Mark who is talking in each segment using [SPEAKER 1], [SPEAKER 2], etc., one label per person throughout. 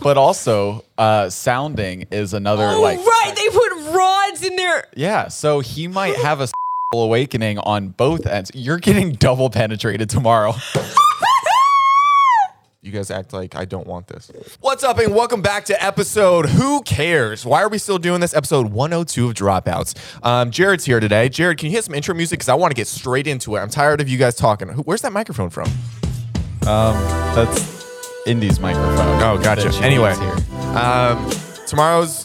[SPEAKER 1] but also uh, sounding is another
[SPEAKER 2] Oh,
[SPEAKER 1] like
[SPEAKER 2] right. They put rods in there.
[SPEAKER 1] yeah. So he might have a awakening on both ends. You're getting double penetrated tomorrow.
[SPEAKER 3] You guys act like I don't want this.
[SPEAKER 1] What's up, and welcome back to episode Who Cares?
[SPEAKER 3] Why are we still doing this? Episode 102 of Dropouts. Um, Jared's here today. Jared, can you hit some intro music? Because I want to get straight into it. I'm tired of you guys talking. Who, where's that microphone from? Um,
[SPEAKER 1] That's Indy's microphone.
[SPEAKER 3] Oh, gotcha.
[SPEAKER 1] That she
[SPEAKER 3] Anyway,
[SPEAKER 1] needs here.
[SPEAKER 3] um, tomorrow's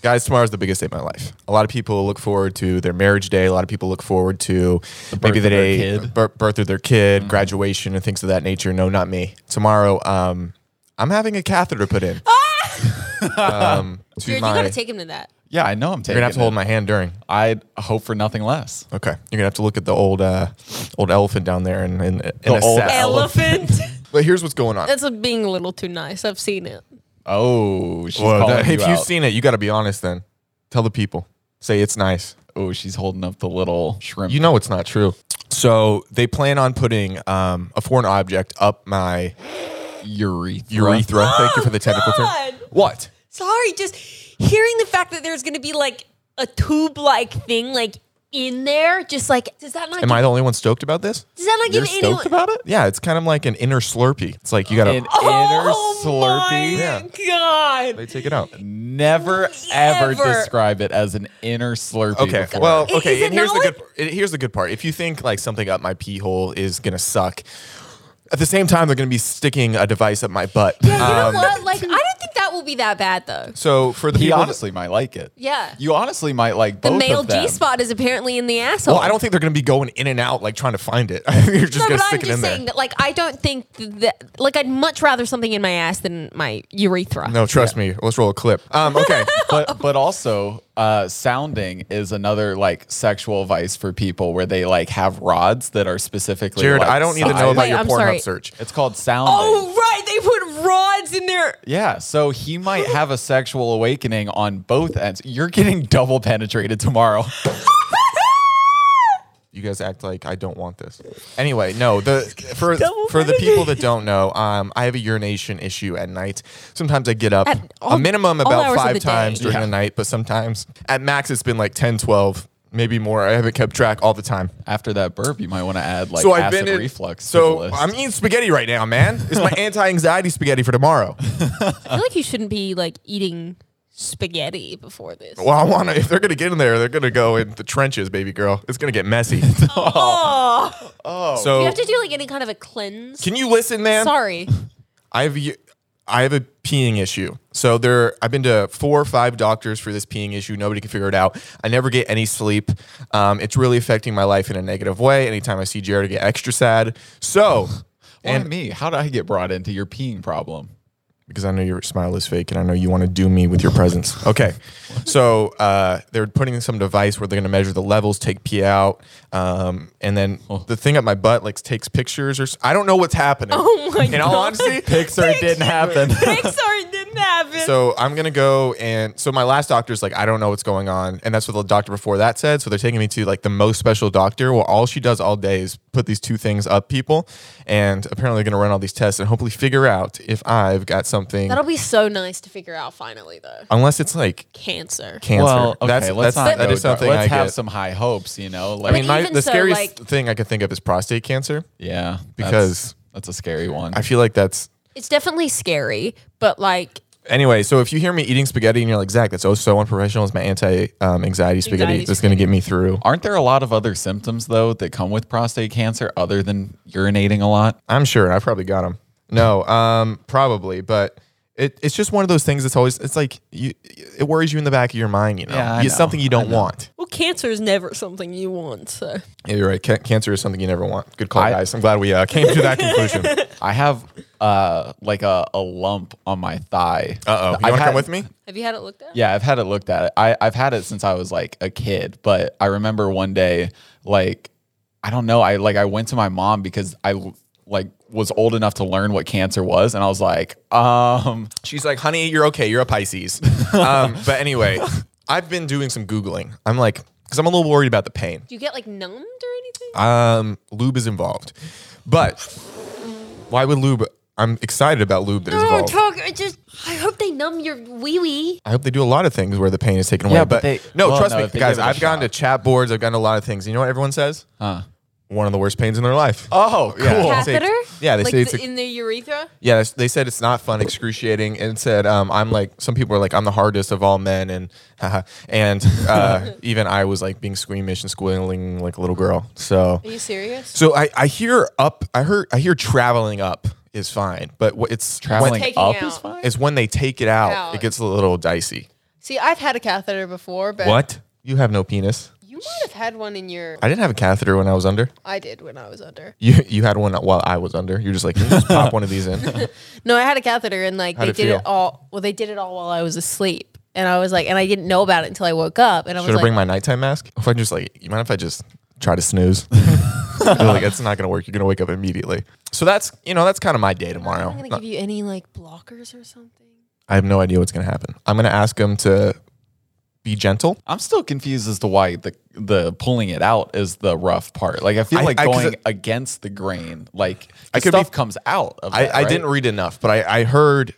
[SPEAKER 3] guys. Tomorrow's the biggest day of my life. A lot of people look forward to their marriage day. A lot of people look forward to maybe
[SPEAKER 1] of their
[SPEAKER 3] the day
[SPEAKER 1] kid. Mm-hmm.
[SPEAKER 3] bir- birth of their kid, graduation, and things of that nature. No, not me. Tomorrow, um, I'm having a catheter put in. um, to
[SPEAKER 2] Ah! Dude,
[SPEAKER 3] my,
[SPEAKER 2] you gotta take him to that.
[SPEAKER 1] yeah, I know I'm
[SPEAKER 3] you're
[SPEAKER 1] taking.
[SPEAKER 3] gonna have to hold
[SPEAKER 1] it.
[SPEAKER 3] my hand during.
[SPEAKER 1] I hope for nothing less.
[SPEAKER 3] Okay, you're gonna have to look at the old, uh, old elephant down there and and, and
[SPEAKER 1] The old
[SPEAKER 3] assess.
[SPEAKER 2] Elephant.
[SPEAKER 3] But here's what's going on.
[SPEAKER 2] That's a being a little too nice. I've seen it.
[SPEAKER 1] Oh, she's
[SPEAKER 3] Well,
[SPEAKER 1] calling
[SPEAKER 3] that- if
[SPEAKER 1] you
[SPEAKER 3] you've
[SPEAKER 1] out.
[SPEAKER 3] seen it, you got to be honest. Then tell the people. Say it's nice.
[SPEAKER 1] Oh, she's holding up the little shrimp.
[SPEAKER 3] You know it's not true. So they plan on putting um, a foreign object up my
[SPEAKER 1] urethra.
[SPEAKER 3] urethra. Thank you for the technical term.
[SPEAKER 2] Oh, God.
[SPEAKER 3] What?
[SPEAKER 2] Sorry, just hearing the fact that there's gonna be like a tube like thing like in there, just like does that not
[SPEAKER 3] Am
[SPEAKER 2] give,
[SPEAKER 3] I the only one stoked about this?
[SPEAKER 2] does that not
[SPEAKER 1] You're
[SPEAKER 2] give anyone
[SPEAKER 1] stoked about it?
[SPEAKER 3] Yeah, it's kind of like an inner Slurpee. It's like you got
[SPEAKER 1] An
[SPEAKER 3] to.
[SPEAKER 2] Oh
[SPEAKER 1] inner slurpee.
[SPEAKER 2] my
[SPEAKER 3] Yeah.
[SPEAKER 2] god.
[SPEAKER 3] They take it out.
[SPEAKER 1] Never ever
[SPEAKER 2] Ever.
[SPEAKER 1] describe it as an inner slurpee.
[SPEAKER 3] Okay.
[SPEAKER 1] before.
[SPEAKER 3] Well,
[SPEAKER 2] Is- is
[SPEAKER 3] okay.
[SPEAKER 2] it
[SPEAKER 3] And here's the
[SPEAKER 2] not
[SPEAKER 3] good. and Here's the good part. If you think like something up my pee hole is gonna suck, at the same time they're gonna be sticking a device up my butt.
[SPEAKER 2] Yeah, you
[SPEAKER 3] Um,
[SPEAKER 2] know what? Like I don't think that will be that bad though.
[SPEAKER 3] So for the
[SPEAKER 1] he
[SPEAKER 3] people,
[SPEAKER 1] honestly might like it.
[SPEAKER 2] Yeah.
[SPEAKER 1] You honestly might like
[SPEAKER 2] The
[SPEAKER 1] both
[SPEAKER 2] male
[SPEAKER 1] of them.
[SPEAKER 2] G spot is apparently in the asshole.
[SPEAKER 3] well, I don't think they're gonna be going in and out like trying to find it. I think you're just
[SPEAKER 2] No,
[SPEAKER 3] gonna
[SPEAKER 2] but I'm
[SPEAKER 3] stick it in
[SPEAKER 2] just saying
[SPEAKER 3] there.
[SPEAKER 2] that, like, I don't think that, like, I'd much rather something in my ass than my urethra.
[SPEAKER 3] No, trust me. Let's roll a clip. Um, okay.
[SPEAKER 1] But but also, uh, sounding is another like sexual vice for people where they like have rods that are specifically.
[SPEAKER 3] Jared,
[SPEAKER 1] like,
[SPEAKER 3] I don't need to know
[SPEAKER 1] sized-
[SPEAKER 3] about
[SPEAKER 2] Wait,
[SPEAKER 3] your
[SPEAKER 2] I'm
[SPEAKER 3] Pornhub
[SPEAKER 2] sorry.
[SPEAKER 3] search.
[SPEAKER 1] It's called sounding.
[SPEAKER 2] Oh, right. They put rods in there.
[SPEAKER 3] Uh.
[SPEAKER 1] Yeah, so he might have a sexual awakening on both ends. You're getting double penetrated tomorrow.
[SPEAKER 3] You guys act like I don't want this. Anyway, no. The for
[SPEAKER 2] Double
[SPEAKER 3] for the
[SPEAKER 2] penetrated.
[SPEAKER 3] people that don't know, um, I have a urination issue at night. Sometimes I get up
[SPEAKER 2] At all-
[SPEAKER 3] a minimum
[SPEAKER 2] all hours
[SPEAKER 3] about
[SPEAKER 2] of
[SPEAKER 3] five
[SPEAKER 2] the day.
[SPEAKER 3] times during
[SPEAKER 1] Yeah.
[SPEAKER 3] the night, but sometimes at max it's been like 10, 12, maybe more. I haven't kept track all the time.
[SPEAKER 1] After that burp, you might want to add like
[SPEAKER 3] so I've
[SPEAKER 1] acid
[SPEAKER 3] been in,
[SPEAKER 1] reflux. to the
[SPEAKER 3] So
[SPEAKER 1] list.
[SPEAKER 3] I'm eating spaghetti right now, man. It's my anti-anxiety spaghetti for tomorrow.
[SPEAKER 2] I feel like you shouldn't be, like, eating spaghetti before this.
[SPEAKER 3] Well, I want to. If they're gonna get in there, they're gonna go in the trenches, baby girl. It's gonna get messy.
[SPEAKER 2] Oh.
[SPEAKER 3] so,
[SPEAKER 2] You have to do, like, any kind of a cleanse.
[SPEAKER 3] can you listen, man?
[SPEAKER 2] Sorry.
[SPEAKER 3] I have, a- I have a peeing issue. So there, I've been to four or five doctors for this peeing issue. Nobody can figure it out. I never get any sleep. Um, it's really affecting my life in a negative way. Anytime I see Jared, I get extra sad. So,
[SPEAKER 1] Why
[SPEAKER 3] and
[SPEAKER 1] me? How did I get brought into your peeing problem?
[SPEAKER 3] because I know your smile is fake and I know you want to do me with your presence. Okay. So uh, they're putting in some device where they're going to measure the levels, take pee out. Um, and then
[SPEAKER 1] Oh.
[SPEAKER 3] the thing up my butt like takes pictures or s- I don't know what's happening.
[SPEAKER 2] Oh my
[SPEAKER 3] In all
[SPEAKER 2] God.
[SPEAKER 3] honesty,
[SPEAKER 1] Pixar didn't happen.
[SPEAKER 2] Pixar didn't happen.
[SPEAKER 3] So I'm gonna go and so my last doctor's like, I don't know what's going on, and that's what the doctor before that said. So they're taking me to like the most special doctor, where all she does all day is put these two things up people, and apparently gonna run all these tests and hopefully figure out if I've got something.
[SPEAKER 2] That'll be so nice to figure out finally, though.
[SPEAKER 3] unless it's like
[SPEAKER 2] Cancer.
[SPEAKER 3] cancer.
[SPEAKER 1] Well, okay,
[SPEAKER 3] that's,
[SPEAKER 1] let's
[SPEAKER 3] that's,
[SPEAKER 1] not
[SPEAKER 3] that
[SPEAKER 1] go
[SPEAKER 3] is something
[SPEAKER 1] dark. Let's
[SPEAKER 3] I
[SPEAKER 1] have
[SPEAKER 3] get.
[SPEAKER 1] some high hopes, you know. Like,
[SPEAKER 3] I mean, my,
[SPEAKER 2] even
[SPEAKER 3] the
[SPEAKER 2] so,
[SPEAKER 3] scariest
[SPEAKER 2] like-
[SPEAKER 3] thing I could think of is prostate cancer.
[SPEAKER 1] yeah, that's-
[SPEAKER 3] Because-
[SPEAKER 1] that's, a scary one.
[SPEAKER 3] I feel like that's
[SPEAKER 2] It's definitely scary, but, like,
[SPEAKER 3] Anyway, so if you hear me eating spaghetti and you're like, Zach, that's oh so unprofessional, it's my anti um, anxiety spaghetti
[SPEAKER 2] Anxiety
[SPEAKER 3] that's going to get me through.
[SPEAKER 1] Aren't there a lot of other symptoms though that come with prostate cancer other than urinating a lot?
[SPEAKER 3] I'm sure. I probably got them. No, um, probably, but it, it's just one of those things that's always it's like you it worries you in the back of your mind, you know.
[SPEAKER 1] Yeah, I
[SPEAKER 3] it's
[SPEAKER 1] know.
[SPEAKER 3] something you don't want.
[SPEAKER 2] well, cancer is never something you want, so.
[SPEAKER 3] Yeah, you're right. Can- cancer is something you never want. Good call,
[SPEAKER 1] I-
[SPEAKER 3] guys. I'm glad we uh, came to that conclusion. Uh
[SPEAKER 1] I have uh like a, a lump on my thigh.
[SPEAKER 3] oh. You
[SPEAKER 1] I've
[SPEAKER 3] want to
[SPEAKER 1] had-
[SPEAKER 3] come with me?
[SPEAKER 2] Have you had it looked at?
[SPEAKER 1] Yeah, I've had it looked at. I, I've had it since I was like a kid, but I remember one day, like, I don't know, I like I went to my mom because I like was old enough to learn what cancer was, and I was like, um,
[SPEAKER 3] She's like, honey, you're okay. You're a Pisces. um, but anyway, I've been doing some Googling. I'm like, because I'm a little worried about the pain.
[SPEAKER 2] Do you get like numbed or anything?
[SPEAKER 3] Um, lube is involved, but why would lube I'm excited about lube that is
[SPEAKER 2] No,
[SPEAKER 3] involved.
[SPEAKER 2] talk. I just. I hope they numb your wee wee.
[SPEAKER 3] I hope they do a lot of things where the pain is taken away.
[SPEAKER 1] Yeah,
[SPEAKER 3] but
[SPEAKER 1] but they-
[SPEAKER 3] no,
[SPEAKER 1] well,
[SPEAKER 3] trust
[SPEAKER 1] no,
[SPEAKER 3] me,
[SPEAKER 1] if they
[SPEAKER 3] guys.
[SPEAKER 1] give it a
[SPEAKER 3] I've gone to
[SPEAKER 1] shot.
[SPEAKER 3] chat boards. I've gone to a lot of things. You know what everyone says?
[SPEAKER 1] Huh.
[SPEAKER 3] One of the worst pains in their life.
[SPEAKER 1] Oh, cool.
[SPEAKER 3] Yeah. They say it's-
[SPEAKER 2] Catheter?
[SPEAKER 3] yeah, they
[SPEAKER 2] like
[SPEAKER 3] say it's
[SPEAKER 2] the-
[SPEAKER 3] a-
[SPEAKER 2] in the urethra.
[SPEAKER 3] Yeah, they- they said it's not fun, excruciating, and said um, I'm like some people are like I'm the hardest of all men, and haha. and uh, even I was like being squeamish and squealing like a little girl. So
[SPEAKER 2] Are you serious?
[SPEAKER 3] so I, I hear up I heard I hear traveling up is fine, but wh- it's
[SPEAKER 1] Traveling
[SPEAKER 3] when,
[SPEAKER 2] Taking
[SPEAKER 1] up
[SPEAKER 2] out.
[SPEAKER 1] is fine.
[SPEAKER 3] it's when they take it out,
[SPEAKER 4] Out.
[SPEAKER 3] it gets a little dicey.
[SPEAKER 4] See, I've had a catheter before, but
[SPEAKER 3] You have no penis.
[SPEAKER 4] You might have had one in your.
[SPEAKER 3] I didn't have a catheter when I was under.
[SPEAKER 4] I did when I was under.
[SPEAKER 3] You you had one while I was under. You're just like just pop one of these in.
[SPEAKER 4] No, I had a catheter and like
[SPEAKER 3] How'd
[SPEAKER 4] they
[SPEAKER 3] it
[SPEAKER 4] did
[SPEAKER 3] feel?
[SPEAKER 4] it all. Well, they did it all while I was asleep, and I was like, and I didn't know about it until I woke up, and I was
[SPEAKER 3] Should I
[SPEAKER 4] like,
[SPEAKER 3] bring my nighttime mask? If I just like, you mind if I just try to snooze? They're like it's not gonna work. You're gonna wake up immediately. So that's you know that's kind of my day
[SPEAKER 4] I'm
[SPEAKER 3] tomorrow.
[SPEAKER 4] not gonna give you any like blockers or something.
[SPEAKER 3] I have no idea what's gonna happen. I'm gonna ask him to be gentle.
[SPEAKER 1] I'm still confused as to why the the pulling it out is the rough part. Like I feel
[SPEAKER 3] I-
[SPEAKER 1] like
[SPEAKER 3] I- 'cause
[SPEAKER 1] going
[SPEAKER 3] it-
[SPEAKER 1] against the grain, like
[SPEAKER 3] I
[SPEAKER 1] the
[SPEAKER 3] could be-
[SPEAKER 1] stuff comes out of.
[SPEAKER 3] I,
[SPEAKER 1] that,
[SPEAKER 3] I
[SPEAKER 1] right?
[SPEAKER 3] didn't read enough, but I, I heard.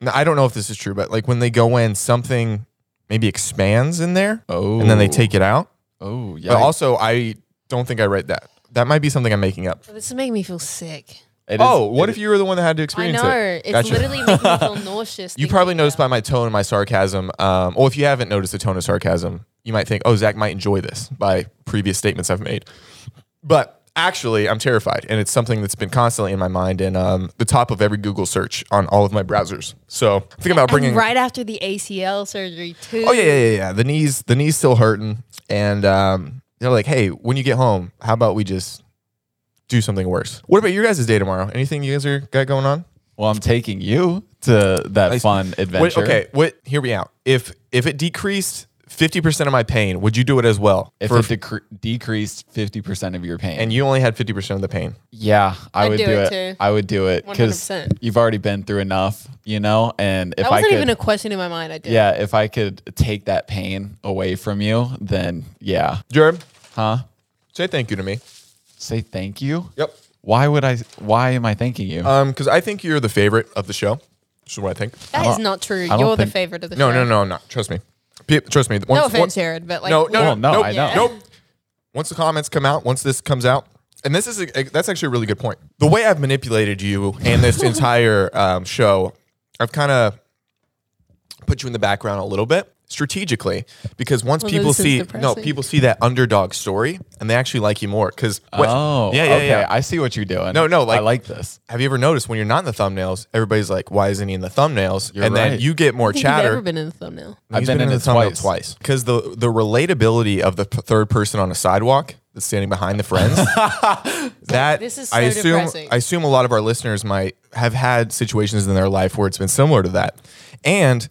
[SPEAKER 3] now, I don't know if this is true, but like when they go in, something maybe expands in there,
[SPEAKER 1] Oh,
[SPEAKER 3] and then they take it out.
[SPEAKER 1] Oh yeah,
[SPEAKER 3] But also, I don't think I read that. That might be something I'm making up.
[SPEAKER 4] This is making me feel sick.
[SPEAKER 1] It is-
[SPEAKER 3] oh, what
[SPEAKER 1] it-
[SPEAKER 3] if you were the one that had to
[SPEAKER 4] I
[SPEAKER 3] experience
[SPEAKER 4] know
[SPEAKER 3] it?
[SPEAKER 4] it's
[SPEAKER 3] Gotcha.
[SPEAKER 4] literally making me feel nauseous.
[SPEAKER 3] You probably
[SPEAKER 4] thinking
[SPEAKER 3] noticed by my tone and my sarcasm. Um, well, if you haven't noticed the tone of sarcasm, you might think, "Oh, Zach might enjoy this." By previous statements I've made, but actually, I'm terrified, and it's something that's been constantly in my mind and um, the top of every Google search on all of my browsers. So I'm thinking about
[SPEAKER 4] about- And
[SPEAKER 3] bringing.
[SPEAKER 4] right after the ACL surgery too.
[SPEAKER 3] Oh yeah, yeah, yeah, yeah. The knees, the knees still hurting, and um, they're like, "Hey, when you get home, how about we just do something worse?" What about your guys' day tomorrow? Anything you guys are got going on?
[SPEAKER 1] Well, I'm taking you to that fun
[SPEAKER 3] Wait,
[SPEAKER 1] adventure.
[SPEAKER 3] okay, what? Hear me out. If if it decreased fifty percent of my pain, would you do it as well?
[SPEAKER 1] If
[SPEAKER 3] For-
[SPEAKER 1] it decre- decreased fifty percent of your pain,
[SPEAKER 3] and you only had fifty percent of the pain,
[SPEAKER 1] yeah, I
[SPEAKER 4] I'd
[SPEAKER 1] would
[SPEAKER 4] do
[SPEAKER 1] do,
[SPEAKER 4] it
[SPEAKER 1] it.
[SPEAKER 4] too.
[SPEAKER 1] I would do it because
[SPEAKER 4] 100%.
[SPEAKER 1] you've already been through enough, you know. And if
[SPEAKER 4] that
[SPEAKER 1] I
[SPEAKER 4] wasn't
[SPEAKER 1] could,
[SPEAKER 4] even a question in my mind. I did.
[SPEAKER 1] yeah, if I could take that pain away from you, then yeah,
[SPEAKER 3] Jerb,
[SPEAKER 1] huh?
[SPEAKER 3] say thank you to me.
[SPEAKER 1] Say thank you.
[SPEAKER 3] Yep.
[SPEAKER 1] Why would I? Why am I thanking you?
[SPEAKER 3] Um, because I think you're the favorite of the show. This is what I think.
[SPEAKER 4] that
[SPEAKER 1] don't-
[SPEAKER 4] is not true.
[SPEAKER 1] don't
[SPEAKER 4] You're the
[SPEAKER 1] think-
[SPEAKER 4] favorite of the
[SPEAKER 3] No,
[SPEAKER 4] show.
[SPEAKER 3] no, no, I'm not. Trust me. Pe- trust me. Once-
[SPEAKER 4] No offense,
[SPEAKER 3] once-
[SPEAKER 4] Jared, but like
[SPEAKER 3] no, no,
[SPEAKER 1] Well,
[SPEAKER 3] no,
[SPEAKER 1] no,
[SPEAKER 3] nope,
[SPEAKER 1] I know.
[SPEAKER 3] nope. Once the comments come out, once this comes out, and this is a, that's actually a really good point. The way I've manipulated you and this entire um, show, I've kind of put you in the background a little bit strategically because once
[SPEAKER 4] Well,
[SPEAKER 3] people
[SPEAKER 4] this is
[SPEAKER 3] see no
[SPEAKER 4] depressing.
[SPEAKER 3] people see that underdog story and they actually like you more because
[SPEAKER 1] oh,
[SPEAKER 3] yeah yeah
[SPEAKER 1] okay.
[SPEAKER 3] yeah
[SPEAKER 1] I see what you're doing.
[SPEAKER 3] No, no,
[SPEAKER 1] I
[SPEAKER 3] like-
[SPEAKER 1] like this.
[SPEAKER 3] have you ever noticed when you're not in the thumbnails everybody's like why isn't he in the thumbnails
[SPEAKER 1] You're
[SPEAKER 3] and then
[SPEAKER 1] right.
[SPEAKER 3] you get more
[SPEAKER 4] I don't think you've
[SPEAKER 3] chatter
[SPEAKER 4] ever been in the thumbnail.
[SPEAKER 1] I've been in it twice.
[SPEAKER 3] because the the relatability of the p- third person on a sidewalk that's standing behind the friends. that
[SPEAKER 4] This is so
[SPEAKER 3] I assume
[SPEAKER 4] depressing.
[SPEAKER 3] I assume a lot of our listeners might have had situations in their life where it's been similar to that, and.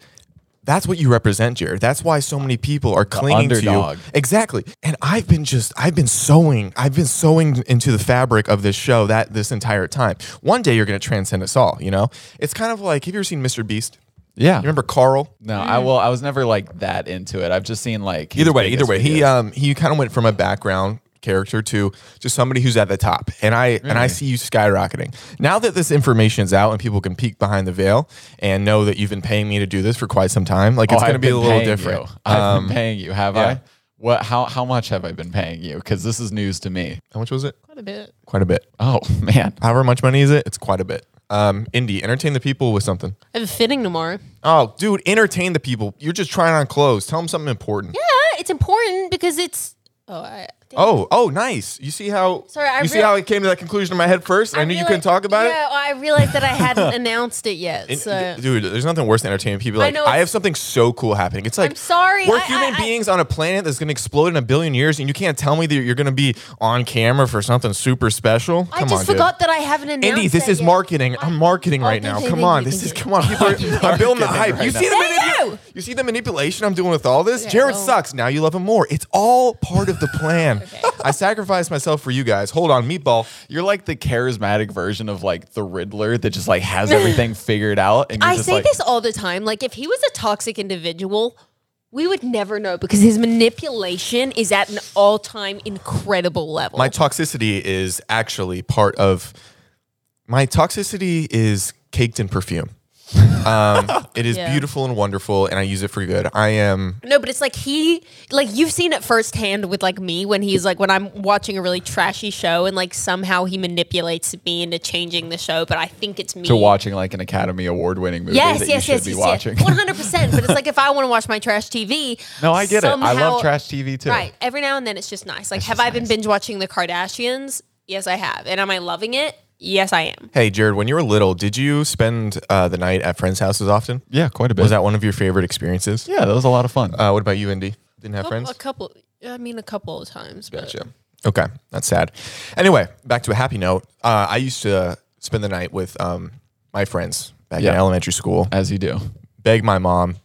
[SPEAKER 3] That's what you represent, Jared. That's why so many people are clinging to you.
[SPEAKER 1] underdog.
[SPEAKER 3] Exactly. And I've been just I've been sewing I've been sewing into the fabric of this show that this entire time. One day you're going to transcend us all, you know? It's kind of like have you ever seen Mr. Beast?
[SPEAKER 1] Yeah.
[SPEAKER 3] You remember Carl?
[SPEAKER 1] No,
[SPEAKER 4] Mm.
[SPEAKER 1] I will. I was never like that into it. I've just seen like his
[SPEAKER 3] either way, either
[SPEAKER 1] biggest
[SPEAKER 3] way, he
[SPEAKER 1] videos.
[SPEAKER 3] um he kind of went from a background character to just somebody who's at the top, and I and
[SPEAKER 1] Mm.
[SPEAKER 3] I see you skyrocketing. Now that this information's out and people can peek behind the veil and know that you've been paying me to do this for quite some time, like
[SPEAKER 1] Oh,
[SPEAKER 3] it's going to
[SPEAKER 1] I've
[SPEAKER 3] be a
[SPEAKER 1] been
[SPEAKER 3] little
[SPEAKER 1] paying
[SPEAKER 3] different. Um,
[SPEAKER 1] you. I've been paying you, have
[SPEAKER 3] yeah.
[SPEAKER 1] I? What? How? How much have I been paying you? Because this is news to me.
[SPEAKER 3] How much was it?
[SPEAKER 4] Quite a bit.
[SPEAKER 3] Quite a bit.
[SPEAKER 1] Oh man,
[SPEAKER 3] However much money is it? It's quite a bit. Um, Indy, entertain the people with something.
[SPEAKER 4] I have a fitting tomorrow.
[SPEAKER 3] Oh, dude, entertain the people. You're just trying on clothes. Tell them something important.
[SPEAKER 4] Yeah, it's important because it's. Oh, I.
[SPEAKER 3] Oh, oh, nice. You see how?
[SPEAKER 4] Sorry, I
[SPEAKER 3] you see
[SPEAKER 4] real-
[SPEAKER 3] how it came to that conclusion in my head first. and I, knew you couldn't talk about it.
[SPEAKER 4] Yeah, I realized that I hadn't announced it yet.
[SPEAKER 3] And,
[SPEAKER 4] So
[SPEAKER 3] dude, there's nothing worse than entertaining people.
[SPEAKER 4] I
[SPEAKER 3] Like,
[SPEAKER 4] know
[SPEAKER 3] I,
[SPEAKER 4] it's-
[SPEAKER 3] have something so cool happening. It's like,
[SPEAKER 4] I'm sorry,
[SPEAKER 3] we're
[SPEAKER 4] I-
[SPEAKER 3] human
[SPEAKER 4] I- I-
[SPEAKER 3] beings on a planet that's going to explode in a billion years, and you can't tell me that you're going to be on camera for something super special.
[SPEAKER 4] I
[SPEAKER 3] Come
[SPEAKER 4] just
[SPEAKER 3] on,
[SPEAKER 4] forgot that I haven't announced.
[SPEAKER 3] dude. Andy, this
[SPEAKER 4] that
[SPEAKER 3] is
[SPEAKER 4] yet.
[SPEAKER 3] marketing. I'm marketing
[SPEAKER 4] Oh,
[SPEAKER 3] right
[SPEAKER 4] thank
[SPEAKER 3] now.
[SPEAKER 4] you,
[SPEAKER 3] Come
[SPEAKER 4] thank
[SPEAKER 3] on,
[SPEAKER 4] you,
[SPEAKER 3] this
[SPEAKER 4] thank
[SPEAKER 3] is
[SPEAKER 4] you.
[SPEAKER 3] come on. People are, I'm building the hype.
[SPEAKER 1] right
[SPEAKER 3] you
[SPEAKER 1] now.
[SPEAKER 3] see the
[SPEAKER 4] Thank
[SPEAKER 3] manip-
[SPEAKER 4] you.
[SPEAKER 3] you see the manipulation I'm doing with all this. Jared
[SPEAKER 4] well-
[SPEAKER 3] sucks. Now you love him more. It's all part of the plan. I sacrificed myself for you guys. Hold on, meatball.
[SPEAKER 1] you're like the charismatic version of like the Riddler that just like has everything figured out. And you're
[SPEAKER 4] I
[SPEAKER 1] just
[SPEAKER 4] say
[SPEAKER 1] like,
[SPEAKER 4] this all the time. Like, if he was a toxic individual, we would never know because his manipulation is at an all-time incredible level.
[SPEAKER 3] my toxicity is actually part of my toxicity is caked in perfume. um, it is
[SPEAKER 4] Yeah.
[SPEAKER 3] beautiful and wonderful, and I use it for good. I am
[SPEAKER 4] No, but it's like he, like you've seen it firsthand with like me when he's like when I'm watching a really trashy show and like somehow he manipulates me into changing the show, but I think it's me.
[SPEAKER 1] to watching like an Academy Award winning movie
[SPEAKER 4] Yes,
[SPEAKER 1] that
[SPEAKER 4] yes,
[SPEAKER 1] you
[SPEAKER 4] yes,
[SPEAKER 1] should be
[SPEAKER 4] yes,
[SPEAKER 1] watching.
[SPEAKER 4] One hundred percent. But it's like if I want to watch my trash TV.
[SPEAKER 1] No, I get it. I
[SPEAKER 4] somehow-
[SPEAKER 1] love trash TV too.
[SPEAKER 4] Right. Every now and then, it's just nice. Like, have I been binge watching the Kardashians? Yes, I have. And am I loving it? Yes, I am.
[SPEAKER 3] Hey, Jared, when you were little, did you spend uh, the night at friends' houses often?
[SPEAKER 1] Yeah, quite a bit.
[SPEAKER 3] Was that one of your favorite experiences?
[SPEAKER 1] yeah, that was a lot of fun.
[SPEAKER 3] Uh, what about you, Indy? Didn't have friends?
[SPEAKER 4] A couple. I mean, a couple of times. But
[SPEAKER 3] Gotcha. Okay, that's sad. Anyway, back to a happy note. Uh, I used to spend the night with um, my friends back in
[SPEAKER 1] Yeah.
[SPEAKER 3] elementary school.
[SPEAKER 1] As you do.
[SPEAKER 3] Beg my mom,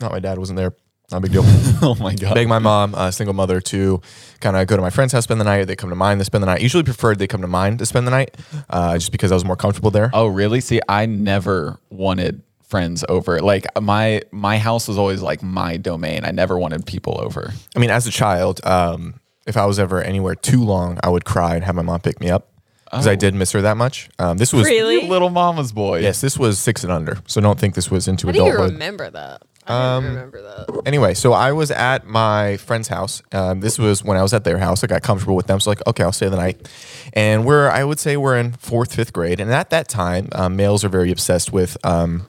[SPEAKER 3] not my dad wasn't there. Not a big deal.
[SPEAKER 1] Oh my god.
[SPEAKER 3] Beg my mom, a single mother, to kind of go to my friend's house, spend the night. They come to mine to spend the night. Usually preferred they come to mine to spend the night, uh, just because I was more comfortable there.
[SPEAKER 1] Oh, really? See, I never wanted friends over. Like my my house was always like my domain. I never wanted people over.
[SPEAKER 3] I mean, as a child, um, if I was ever anywhere too long, I would cry and have my mom pick me up because I did miss her that much. Um, this was
[SPEAKER 1] You little mama's boy.
[SPEAKER 3] Yes, this was six and under, so don't think this was into
[SPEAKER 4] How do you
[SPEAKER 3] adulthood.
[SPEAKER 4] remember that? I
[SPEAKER 1] um,
[SPEAKER 4] don't remember that.
[SPEAKER 3] anyway, so I was at my friend's house. Um, this was when I was at their house. I got comfortable with them. So like, okay, I'll stay the night. And we're, I would say we're in fourth, fifth grade. And at that time, um, males are very obsessed with um,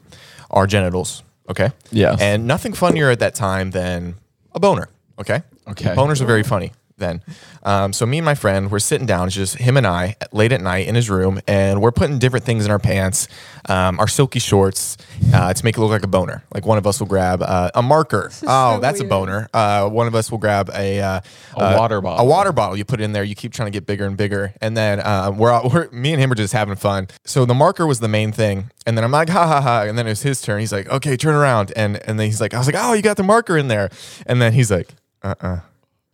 [SPEAKER 3] our genitals. Okay.
[SPEAKER 1] Yes.
[SPEAKER 3] And nothing funnier at that time than a boner. Okay.
[SPEAKER 1] Okay.
[SPEAKER 3] Boners are very funny then. Um, so me and my friend, we're sitting down, it's just him and I, late at night in his room, and we're putting different things in our pants, um, our silky shorts, uh, to make it look like a boner. Like one of us will grab uh, a marker. Oh, that's a boner. Uh, one of us will grab a uh,
[SPEAKER 1] A water bottle.
[SPEAKER 3] A water bottle. You put it in there. You keep trying to get bigger and bigger, and then uh, we're, all, we're me and him are just having fun. So the marker was the main thing, and then I'm like ha ha ha, and then it was his turn. He's like, okay, turn around, and and then he's like, I was like, oh, you got the marker in there, and then he's like, uh uh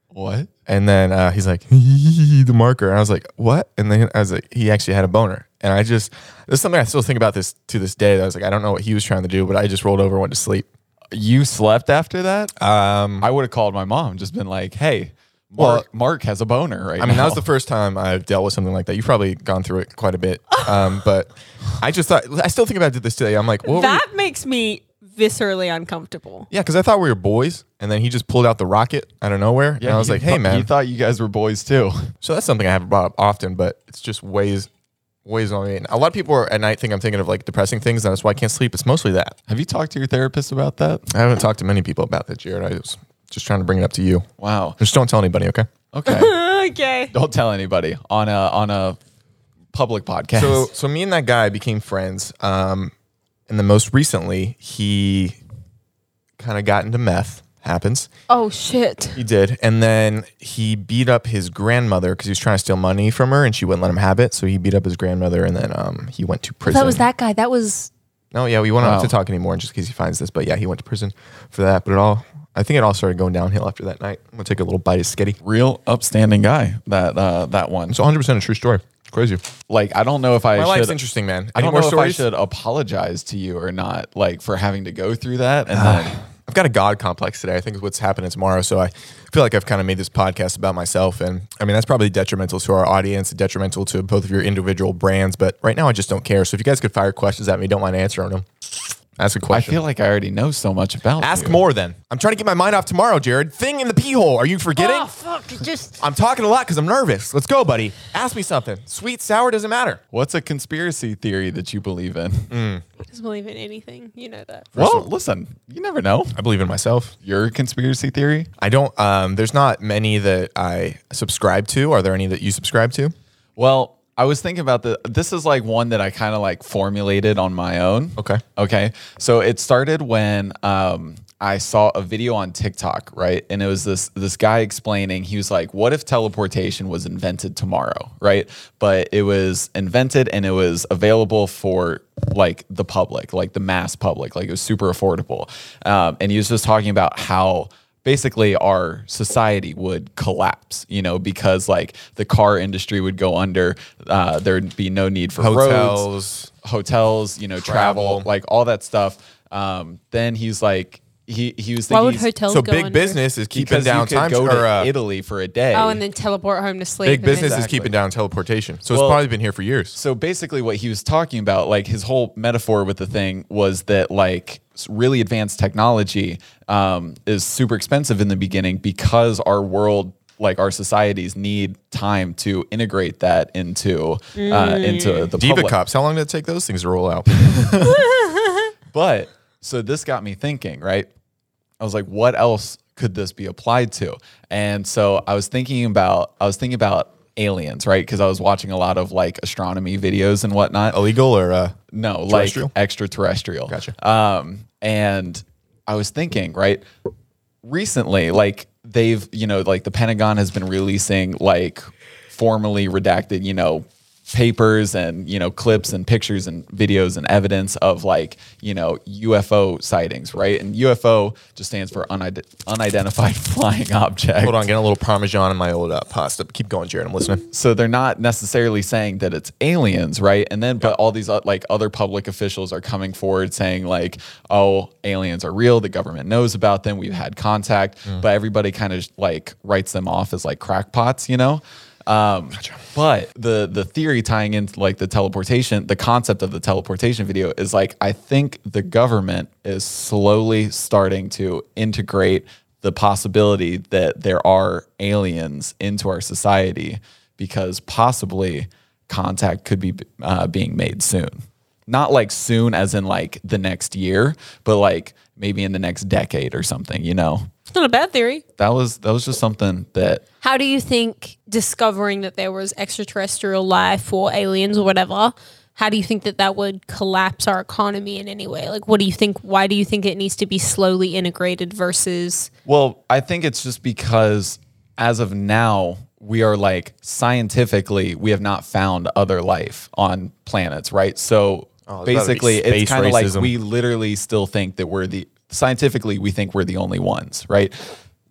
[SPEAKER 1] What?
[SPEAKER 3] and then uh, he's like, the marker. And I was like, what? And then I was like, he actually had a boner. And I just, there's something I still think about this to this day. That I was like, I don't know what he was trying to do, but I just rolled over and went to sleep.
[SPEAKER 1] You slept after that?
[SPEAKER 3] Um,
[SPEAKER 1] I would have called my mom, just been like, "Hey, Mark,
[SPEAKER 3] Well-
[SPEAKER 1] Mark has a boner right
[SPEAKER 3] I mean, that
[SPEAKER 1] now."
[SPEAKER 3] was the first time I've dealt with something like that. You've probably gone through it quite a bit. Um, but I just thought, I still think about it to this day. I'm like, what were we-
[SPEAKER 4] That makes me viscerally uncomfortable.
[SPEAKER 3] yeah, because I thought we were boys. And then he just pulled out the rocket out of nowhere. and I was
[SPEAKER 1] you
[SPEAKER 3] like, hey,
[SPEAKER 1] thought-
[SPEAKER 3] man.
[SPEAKER 1] you thought you guys were boys too.
[SPEAKER 3] So that's something I haven't brought up often, but it's just weighs weighs on me. And a lot of people are, at night think I'm thinking of like depressing things, and that's why I can't sleep. It's mostly that.
[SPEAKER 1] Have you talked to your therapist about that?
[SPEAKER 3] I haven't talked to many people about that, Jared. I was just trying to bring it up to you.
[SPEAKER 1] Wow.
[SPEAKER 3] Just don't tell anybody, okay?
[SPEAKER 1] Okay.
[SPEAKER 4] Okay.
[SPEAKER 1] Don't tell anybody on a on a public podcast.
[SPEAKER 3] So so me and that guy became friends. Um, and then most recently, he kind of got into meth. Happens.
[SPEAKER 4] Oh shit.
[SPEAKER 3] He did. And then he beat up his grandmother because he was trying to steal money from her and she wouldn't let him have it. So he beat up his grandmother and then um, he went to prison.
[SPEAKER 4] That was that guy. That was
[SPEAKER 3] No, yeah, we won't have
[SPEAKER 1] Wow.
[SPEAKER 3] to talk anymore just in case he finds this. But yeah, he went to prison for that. But it all, I think it all started going downhill after that night. I'm gonna take a little bite of skitty.
[SPEAKER 1] real upstanding guy. That uh, that one.
[SPEAKER 3] It's 100 percent a true story. It's crazy.
[SPEAKER 1] Like I don't know if I
[SPEAKER 3] My
[SPEAKER 1] should.
[SPEAKER 3] life's interesting, man.
[SPEAKER 1] I
[SPEAKER 3] Any
[SPEAKER 1] don't know
[SPEAKER 3] more
[SPEAKER 1] if I should apologize to you or not, like for having to go through that. And then
[SPEAKER 3] I've got a god complex today. I think is what's happening tomorrow. So I feel like I've kind of made this podcast about myself, and I mean that's probably detrimental to our audience, detrimental to both of your individual brands. But right now, I just don't care. So if you guys could fire questions at me, don't mind answering them. Ask a
[SPEAKER 1] I
[SPEAKER 3] question.
[SPEAKER 1] feel like I already know so much about.
[SPEAKER 3] Ask
[SPEAKER 1] you.
[SPEAKER 3] more then. I'm trying to get my mind off tomorrow, Jared. Thing in the pee hole. Are you forgetting?
[SPEAKER 1] Ah.
[SPEAKER 2] Oh fuck! it Just
[SPEAKER 3] I'm talking a lot because I'm nervous. Let's go, buddy. Ask me something. Sweet, sour, doesn't matter.
[SPEAKER 1] What's a conspiracy theory that you believe in?
[SPEAKER 4] doesn't believe in anything. You know that.
[SPEAKER 1] Well, listen, you never know.
[SPEAKER 3] I believe in myself.
[SPEAKER 1] Your conspiracy theory?
[SPEAKER 3] I don't. Um, there's not many that I subscribe to. Are there any that you subscribe to?
[SPEAKER 1] Well, I was thinking about the. This is like one that I kind of like formulated on my own.
[SPEAKER 3] Okay.
[SPEAKER 1] Okay. So it started when um, I saw a video on TikTok, right? And it was this this guy explaining. He was like, "What if teleportation was invented tomorrow, right? But it was invented and it was available for like the public, like the mass public, like it was super affordable." Um, and he was just talking about how basically our society would collapse, you know, because like the car industry would go under. Uh, there'd be no need for roads,
[SPEAKER 3] Hotels.
[SPEAKER 1] hotels, you know, travel,
[SPEAKER 3] Travel.
[SPEAKER 1] like all that stuff. Um, then he's like, he he was
[SPEAKER 4] Why
[SPEAKER 1] thinking
[SPEAKER 4] would
[SPEAKER 1] he's-
[SPEAKER 4] hotels
[SPEAKER 3] So
[SPEAKER 4] go
[SPEAKER 3] big
[SPEAKER 4] under?
[SPEAKER 3] business is keeping
[SPEAKER 1] because
[SPEAKER 3] down
[SPEAKER 1] you could
[SPEAKER 3] time
[SPEAKER 1] go
[SPEAKER 3] or,
[SPEAKER 1] to
[SPEAKER 3] uh,
[SPEAKER 1] Italy for a day.
[SPEAKER 4] Oh, and then teleport home to sleep.
[SPEAKER 3] Big
[SPEAKER 4] and then-
[SPEAKER 3] business is
[SPEAKER 1] Exactly.
[SPEAKER 3] keeping down teleportation. So
[SPEAKER 1] Well-
[SPEAKER 3] it's probably been here for years.
[SPEAKER 1] so basically what he was talking about like his whole metaphor with the thing was that like s- really advanced technology um, is super expensive in the beginning because our world like our societies need time to integrate that into uh,
[SPEAKER 4] Mm.
[SPEAKER 1] into the
[SPEAKER 3] Diva
[SPEAKER 1] public.
[SPEAKER 3] cops. How long did it take those things to roll out?
[SPEAKER 1] But so this got me thinking, right? I was like, what else could this be applied to? And so I was thinking about I was thinking about aliens, right? Because I was watching a lot of like astronomy videos and whatnot.
[SPEAKER 3] Illegal or uh,
[SPEAKER 1] No, like
[SPEAKER 3] Terrestrial?
[SPEAKER 1] extraterrestrial.
[SPEAKER 3] Gotcha.
[SPEAKER 1] Um, and I was thinking, right, recently, like they've, you know, like the Pentagon has been releasing like formally redacted, you know, papers and, you know, clips and pictures and videos and evidence of like, you know, UFO sightings, right? And UFO just stands for unide- unidentified flying object.
[SPEAKER 3] hold on, getting a little parmesan in my old uh, pasta. Keep going, Jared. I'm listening.
[SPEAKER 1] so they're not necessarily saying that it's aliens, right? And then, but all these uh, like other public officials are coming forward saying like, oh, aliens are real. The government knows about them. We've had contact, but everybody kind of like writes them off as like crackpots, you know. Um, but the the theory tying into like the teleportation, the concept of the teleportation video is like I think the government is slowly starting to integrate the possibility that there are aliens into our society because possibly contact could be uh, being made soon. Not like soon, as in like the next year, but like maybe in the next decade or something. You know,
[SPEAKER 4] It's not a bad theory.
[SPEAKER 1] that was that was just something that
[SPEAKER 4] How do you think discovering that there was extraterrestrial life or aliens or whatever? How do you think that that would collapse our economy in any way? Like, what do you think? Why do you think it needs to be slowly integrated versus
[SPEAKER 1] Well, I think it's just because as of now, we are like scientifically, we have not found other life on planets, right? So
[SPEAKER 3] there's Oh, gotta be
[SPEAKER 1] basically,
[SPEAKER 3] space
[SPEAKER 1] it's kind of like
[SPEAKER 3] racism.
[SPEAKER 1] we literally still think that we're the scientifically, we think we're the only ones, right?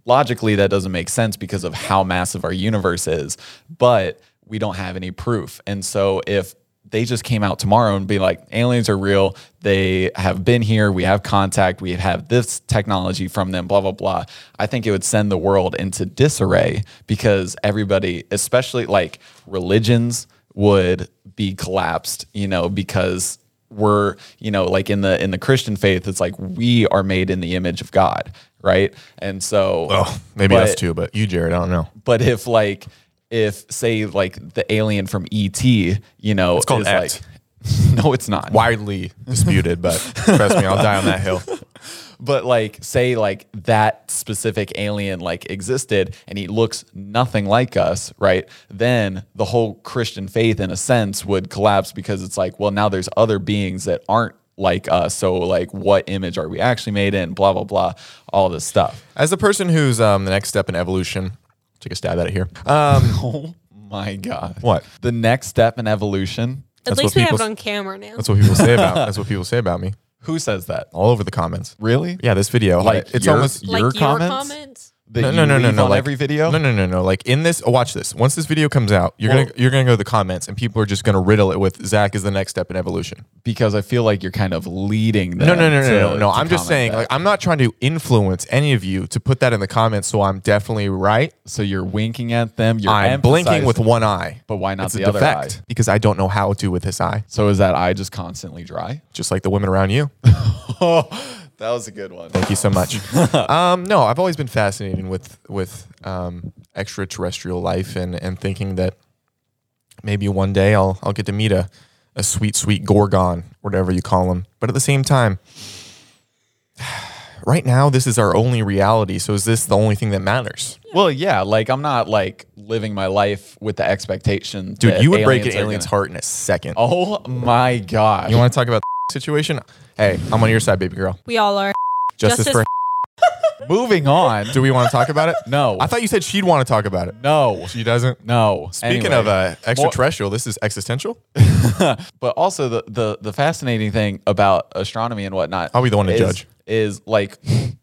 [SPEAKER 1] Logically, that doesn't make sense because of how massive our universe is, but we don't have any proof. And so if they just came out tomorrow and be like, aliens are real. They have been here. We have contact. We have this technology from them, blah, blah, blah. I think it would send the world into disarray because everybody, especially like religions, would be collapsed, you know, because we're you know like in the in the christian faith it's like we are made in the image of god right and so
[SPEAKER 3] Oh, maybe
[SPEAKER 1] but-
[SPEAKER 3] us too, but you, Jared, I don't know.
[SPEAKER 1] but if like if say like the alien from et you know it's
[SPEAKER 3] called
[SPEAKER 1] like
[SPEAKER 3] Act.
[SPEAKER 1] no it's not
[SPEAKER 3] Widely disputed, but trust me, I'll die on that hill.
[SPEAKER 1] but like say like that specific alien like existed and he looks nothing like us right then the whole christian faith in a sense would collapse because it's like well now there's other beings that aren't like us so like what image are we actually made in blah blah blah all this stuff
[SPEAKER 3] As the person who's um, the next step in evolution, take a stab at it here. Uh,
[SPEAKER 1] my god
[SPEAKER 3] What?
[SPEAKER 1] the next step in evolution
[SPEAKER 4] at
[SPEAKER 3] That's
[SPEAKER 4] least
[SPEAKER 3] what
[SPEAKER 4] we have it
[SPEAKER 3] people-
[SPEAKER 4] on camera now.
[SPEAKER 3] that's what people say about. That's what people say about me,
[SPEAKER 1] who says that
[SPEAKER 3] all over the comments.
[SPEAKER 1] really
[SPEAKER 3] Yeah, this video,
[SPEAKER 1] Like
[SPEAKER 3] it's
[SPEAKER 1] your-
[SPEAKER 3] almost
[SPEAKER 4] like
[SPEAKER 1] your comments? that
[SPEAKER 3] no,
[SPEAKER 1] you
[SPEAKER 3] no, no, no,
[SPEAKER 1] leave
[SPEAKER 3] no.
[SPEAKER 1] on
[SPEAKER 3] like-
[SPEAKER 1] every video
[SPEAKER 3] No, no, no, no. Like in this, oh, watch this. Once this video comes out, you're
[SPEAKER 1] Well-
[SPEAKER 3] gonna you're gonna go to the comments, and people are just gonna riddle it with Zach is the next step in evolution.
[SPEAKER 1] because i feel like you're kind of leading them
[SPEAKER 3] No, no, no, no,
[SPEAKER 1] to-
[SPEAKER 3] no, no.
[SPEAKER 1] to
[SPEAKER 3] I'm just
[SPEAKER 1] comment
[SPEAKER 3] saying,
[SPEAKER 1] that.
[SPEAKER 3] like, I'm not trying to influence any of you to put that in the comments. So I'm definitely right.
[SPEAKER 1] so you're winking at them you're
[SPEAKER 3] I'm blinking with
[SPEAKER 1] emphasizing-
[SPEAKER 3] one eye,
[SPEAKER 1] But why not
[SPEAKER 3] it's
[SPEAKER 1] the
[SPEAKER 3] a
[SPEAKER 1] other
[SPEAKER 3] defect
[SPEAKER 1] eye?
[SPEAKER 3] because I don't know how to with this eye,
[SPEAKER 1] So is that eye just constantly dry?
[SPEAKER 3] just like the women around you.
[SPEAKER 1] Oh, that was a good one.
[SPEAKER 3] Thank you so much. um, no, I've always been fascinated with with um, extraterrestrial life and and thinking that maybe one day I'll I'll get to meet a a sweet sweet gorgon, whatever you call them. But at the same time, right now this is our only reality. So is this the only thing that matters?
[SPEAKER 1] Well, yeah, like I'm not like living my life with the expectation,
[SPEAKER 3] Dude,
[SPEAKER 1] that
[SPEAKER 3] you would break an
[SPEAKER 1] aliens are
[SPEAKER 3] alien's
[SPEAKER 1] gonna-
[SPEAKER 3] heart in a second.
[SPEAKER 1] Oh my god!
[SPEAKER 3] You want to talk about the situation? Hey, I'm on your side, baby girl.
[SPEAKER 4] we all are.
[SPEAKER 3] Justice,
[SPEAKER 4] Justice
[SPEAKER 3] for.
[SPEAKER 1] Moving on.
[SPEAKER 3] Do we want to talk about it?
[SPEAKER 1] No.
[SPEAKER 3] I thought you said she'd want to talk about it.
[SPEAKER 1] no,
[SPEAKER 3] She doesn't.
[SPEAKER 1] no.
[SPEAKER 3] Speaking
[SPEAKER 1] Anyway.
[SPEAKER 3] of uh, extraterrestrial, this is existential.
[SPEAKER 1] but also the, the the fascinating thing about astronomy and whatnot.
[SPEAKER 3] I'll be the one to
[SPEAKER 1] is-
[SPEAKER 3] judge.
[SPEAKER 1] Is like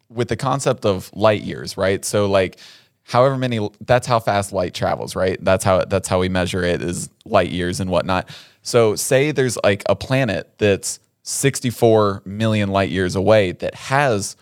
[SPEAKER 1] with the concept of light years, right? So like however many that's how fast light travels, right? That's how that's how we measure it is light years and whatnot. So say there's like a planet that's 64 million light years away that has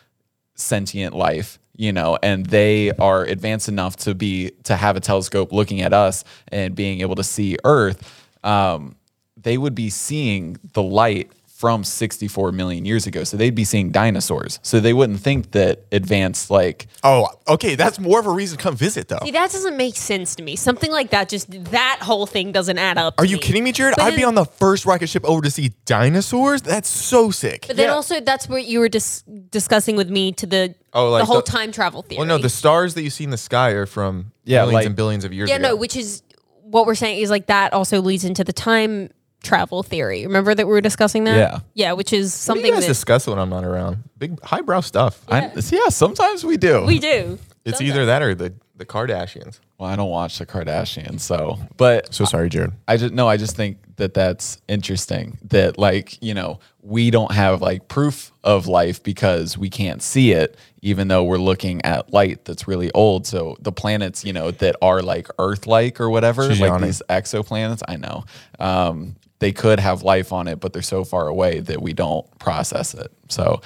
[SPEAKER 1] sentient life, you know, and they are advanced enough to be to have a telescope looking at us and being able to see Earth. Um, they would be seeing the light from 64 million years ago. So they'd be seeing dinosaurs. So they wouldn't think that advanced like
[SPEAKER 3] Oh, okay. That's more of a reason to come visit, though.
[SPEAKER 2] See, that doesn't make sense to me. Something like that, just that whole thing doesn't add up.
[SPEAKER 3] Are you kidding me, Jared? I'd be on the first rocket ship over to see dinosaurs. That's so sick.
[SPEAKER 2] But then also, that's what you were dis- discussing with me to the
[SPEAKER 3] Oh, like
[SPEAKER 2] the whole
[SPEAKER 3] the-
[SPEAKER 2] time travel theory.
[SPEAKER 3] well, Oh, no, the stars that you see in the sky are from
[SPEAKER 1] Yeah,
[SPEAKER 3] billions
[SPEAKER 1] like-
[SPEAKER 3] and billions of years
[SPEAKER 2] yeah,
[SPEAKER 3] ago.
[SPEAKER 2] no, which is what we're saying is like that also leads into the time travel theory. Remember that we were discussing that?
[SPEAKER 1] Yeah.
[SPEAKER 2] yeah, which is
[SPEAKER 3] what do
[SPEAKER 2] something
[SPEAKER 3] you guys
[SPEAKER 2] that
[SPEAKER 3] discuss when I'm not around? Big highbrow stuff.
[SPEAKER 1] I, yeah, sometimes we do.
[SPEAKER 2] we do.
[SPEAKER 3] it's either that or the, the Kardashians.
[SPEAKER 1] well, I don't watch the Kardashians, so but
[SPEAKER 3] So sorry, Jared.
[SPEAKER 1] I just no, I just think that that's interesting that like, you know, we don't have like proof of life because we can't see it even though we're looking at light that's really old. So the planets, you know, that are like earth like or whatever,
[SPEAKER 3] She's
[SPEAKER 1] like
[SPEAKER 3] yawning.
[SPEAKER 1] these exoplanets, I know. Um they could have life on it, but they're so far away that we don't process it. So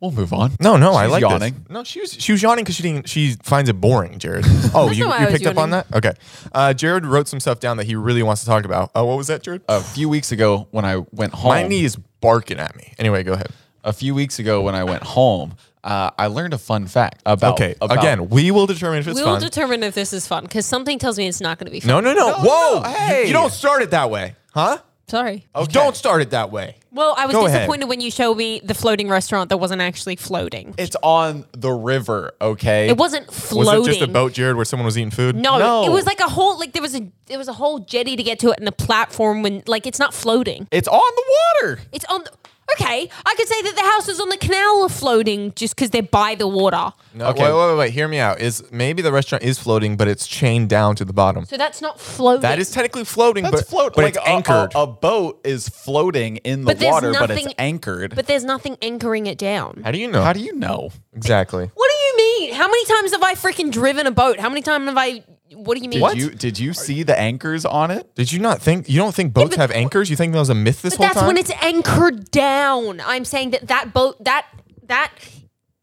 [SPEAKER 1] we'll move on.
[SPEAKER 3] No, no, I
[SPEAKER 1] She's
[SPEAKER 3] like this.
[SPEAKER 1] yawning.
[SPEAKER 3] No, she was she was yawning because she didn't. She finds it boring, Jared. Oh, you,
[SPEAKER 4] not why
[SPEAKER 3] you
[SPEAKER 4] I was
[SPEAKER 3] picked up on
[SPEAKER 4] yawning.
[SPEAKER 3] that? Okay. Uh, Jared wrote some stuff down that he really wants to talk about. Oh, what was that, Jared?
[SPEAKER 1] A few weeks ago when I went home
[SPEAKER 3] My knee is barking at me. Anyway, go ahead.
[SPEAKER 1] a few weeks ago when I went home, uh, I learned a fun fact about
[SPEAKER 3] Okay.
[SPEAKER 1] about-
[SPEAKER 3] Again, we will determine if it's
[SPEAKER 4] We'll
[SPEAKER 3] fun.
[SPEAKER 4] determine if this is fun because something tells me it's not going to be fun.
[SPEAKER 3] no, no, no. Whoa!
[SPEAKER 1] no,
[SPEAKER 3] You-
[SPEAKER 1] hey.
[SPEAKER 3] you don't start it that way, huh?
[SPEAKER 4] Sorry.
[SPEAKER 3] You don't start it that way.
[SPEAKER 4] Well, I was
[SPEAKER 3] Oh. Go ahead.
[SPEAKER 4] disappointed when you showed me the floating restaurant that wasn't actually floating.
[SPEAKER 1] It's on the river, okay?
[SPEAKER 4] It wasn't
[SPEAKER 3] Was
[SPEAKER 4] floating.
[SPEAKER 3] it just a boat, Jared, where someone was eating food?
[SPEAKER 4] No,
[SPEAKER 1] No.
[SPEAKER 4] it was like a whole like there was a there was a whole jetty to get to it and a platform when like it's not floating.
[SPEAKER 1] It's on the water.
[SPEAKER 4] It's on. The, okay, I could say that the house is on the canal are floating just because they're by the water.
[SPEAKER 3] No,
[SPEAKER 1] Okay.
[SPEAKER 3] Wait, wait, wait, wait. Hear me out. Is maybe the restaurant is floating, but it's chained down to the bottom.
[SPEAKER 4] So that's not floating.
[SPEAKER 3] that is technically floating,
[SPEAKER 1] That's
[SPEAKER 3] but,
[SPEAKER 1] float
[SPEAKER 3] but
[SPEAKER 1] like
[SPEAKER 3] it's
[SPEAKER 1] a- a-
[SPEAKER 3] anchored.
[SPEAKER 1] A, boat is floating in the
[SPEAKER 4] But there's
[SPEAKER 1] water, but it's
[SPEAKER 4] nothing-
[SPEAKER 1] anchored.
[SPEAKER 4] But there's nothing anchoring it down.
[SPEAKER 3] How do you know?
[SPEAKER 1] How do you know?
[SPEAKER 3] exactly?
[SPEAKER 4] What do you mean? How many times have I freaking driven a boat? How many times have I? What do you mean?
[SPEAKER 1] Did you did you see the anchors on it?
[SPEAKER 3] Did you not think you don't think boats have anchors? You think that was a myth this
[SPEAKER 4] But
[SPEAKER 3] whole
[SPEAKER 4] that's
[SPEAKER 3] time?
[SPEAKER 4] when it's anchored down. I'm saying that that boat that that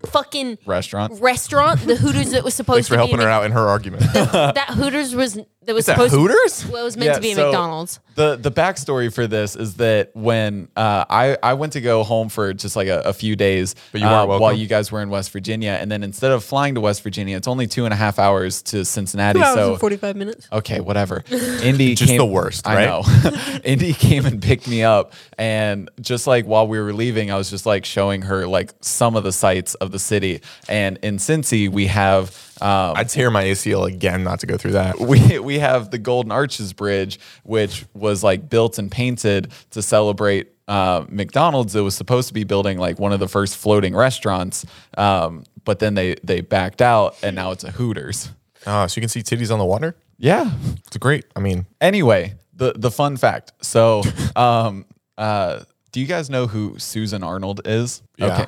[SPEAKER 4] fucking
[SPEAKER 1] Restaurant.
[SPEAKER 4] restaurant, the Hooters that was supposed
[SPEAKER 3] Thanks for
[SPEAKER 4] to be
[SPEAKER 3] helping
[SPEAKER 4] in
[SPEAKER 3] her out in her argument.
[SPEAKER 4] Mc- that Hooters was that was
[SPEAKER 3] Is that
[SPEAKER 4] supposed
[SPEAKER 3] Hooters?
[SPEAKER 4] well, it was meant
[SPEAKER 1] Yeah,
[SPEAKER 4] to be a
[SPEAKER 1] so
[SPEAKER 4] McDonald's.
[SPEAKER 1] The the backstory for this is that when uh, I I went to go home for just like a, a few days,
[SPEAKER 3] But you are
[SPEAKER 1] uh, while
[SPEAKER 3] welcome.
[SPEAKER 1] you guys were in West Virginia, and then instead of flying to West Virginia, it's only two and a half hours to Cincinnati. so
[SPEAKER 4] forty-five minutes.
[SPEAKER 1] Okay, whatever. Indy
[SPEAKER 3] Just
[SPEAKER 1] came,
[SPEAKER 3] the worst,
[SPEAKER 1] I
[SPEAKER 3] right?
[SPEAKER 1] know. Indy came and picked me up, and just like while we were leaving, I was just like showing her like some of the sights of the city. And in Cincy, we have um,
[SPEAKER 3] I'd tear my ACL again not to go through that.
[SPEAKER 1] we we have the Golden Arches Bridge, which was like built and painted to celebrate uh, McDonald's. It was supposed to be building like one of the first floating restaurants, um, but then they they backed out, and now it's a Hooters.
[SPEAKER 3] Oh, so you can see titties on the water.
[SPEAKER 1] Yeah,
[SPEAKER 3] It's great. I mean,
[SPEAKER 1] Anyway, the the fun fact. So, um, uh, do you guys know who Susan Arnold is?
[SPEAKER 3] Yeah.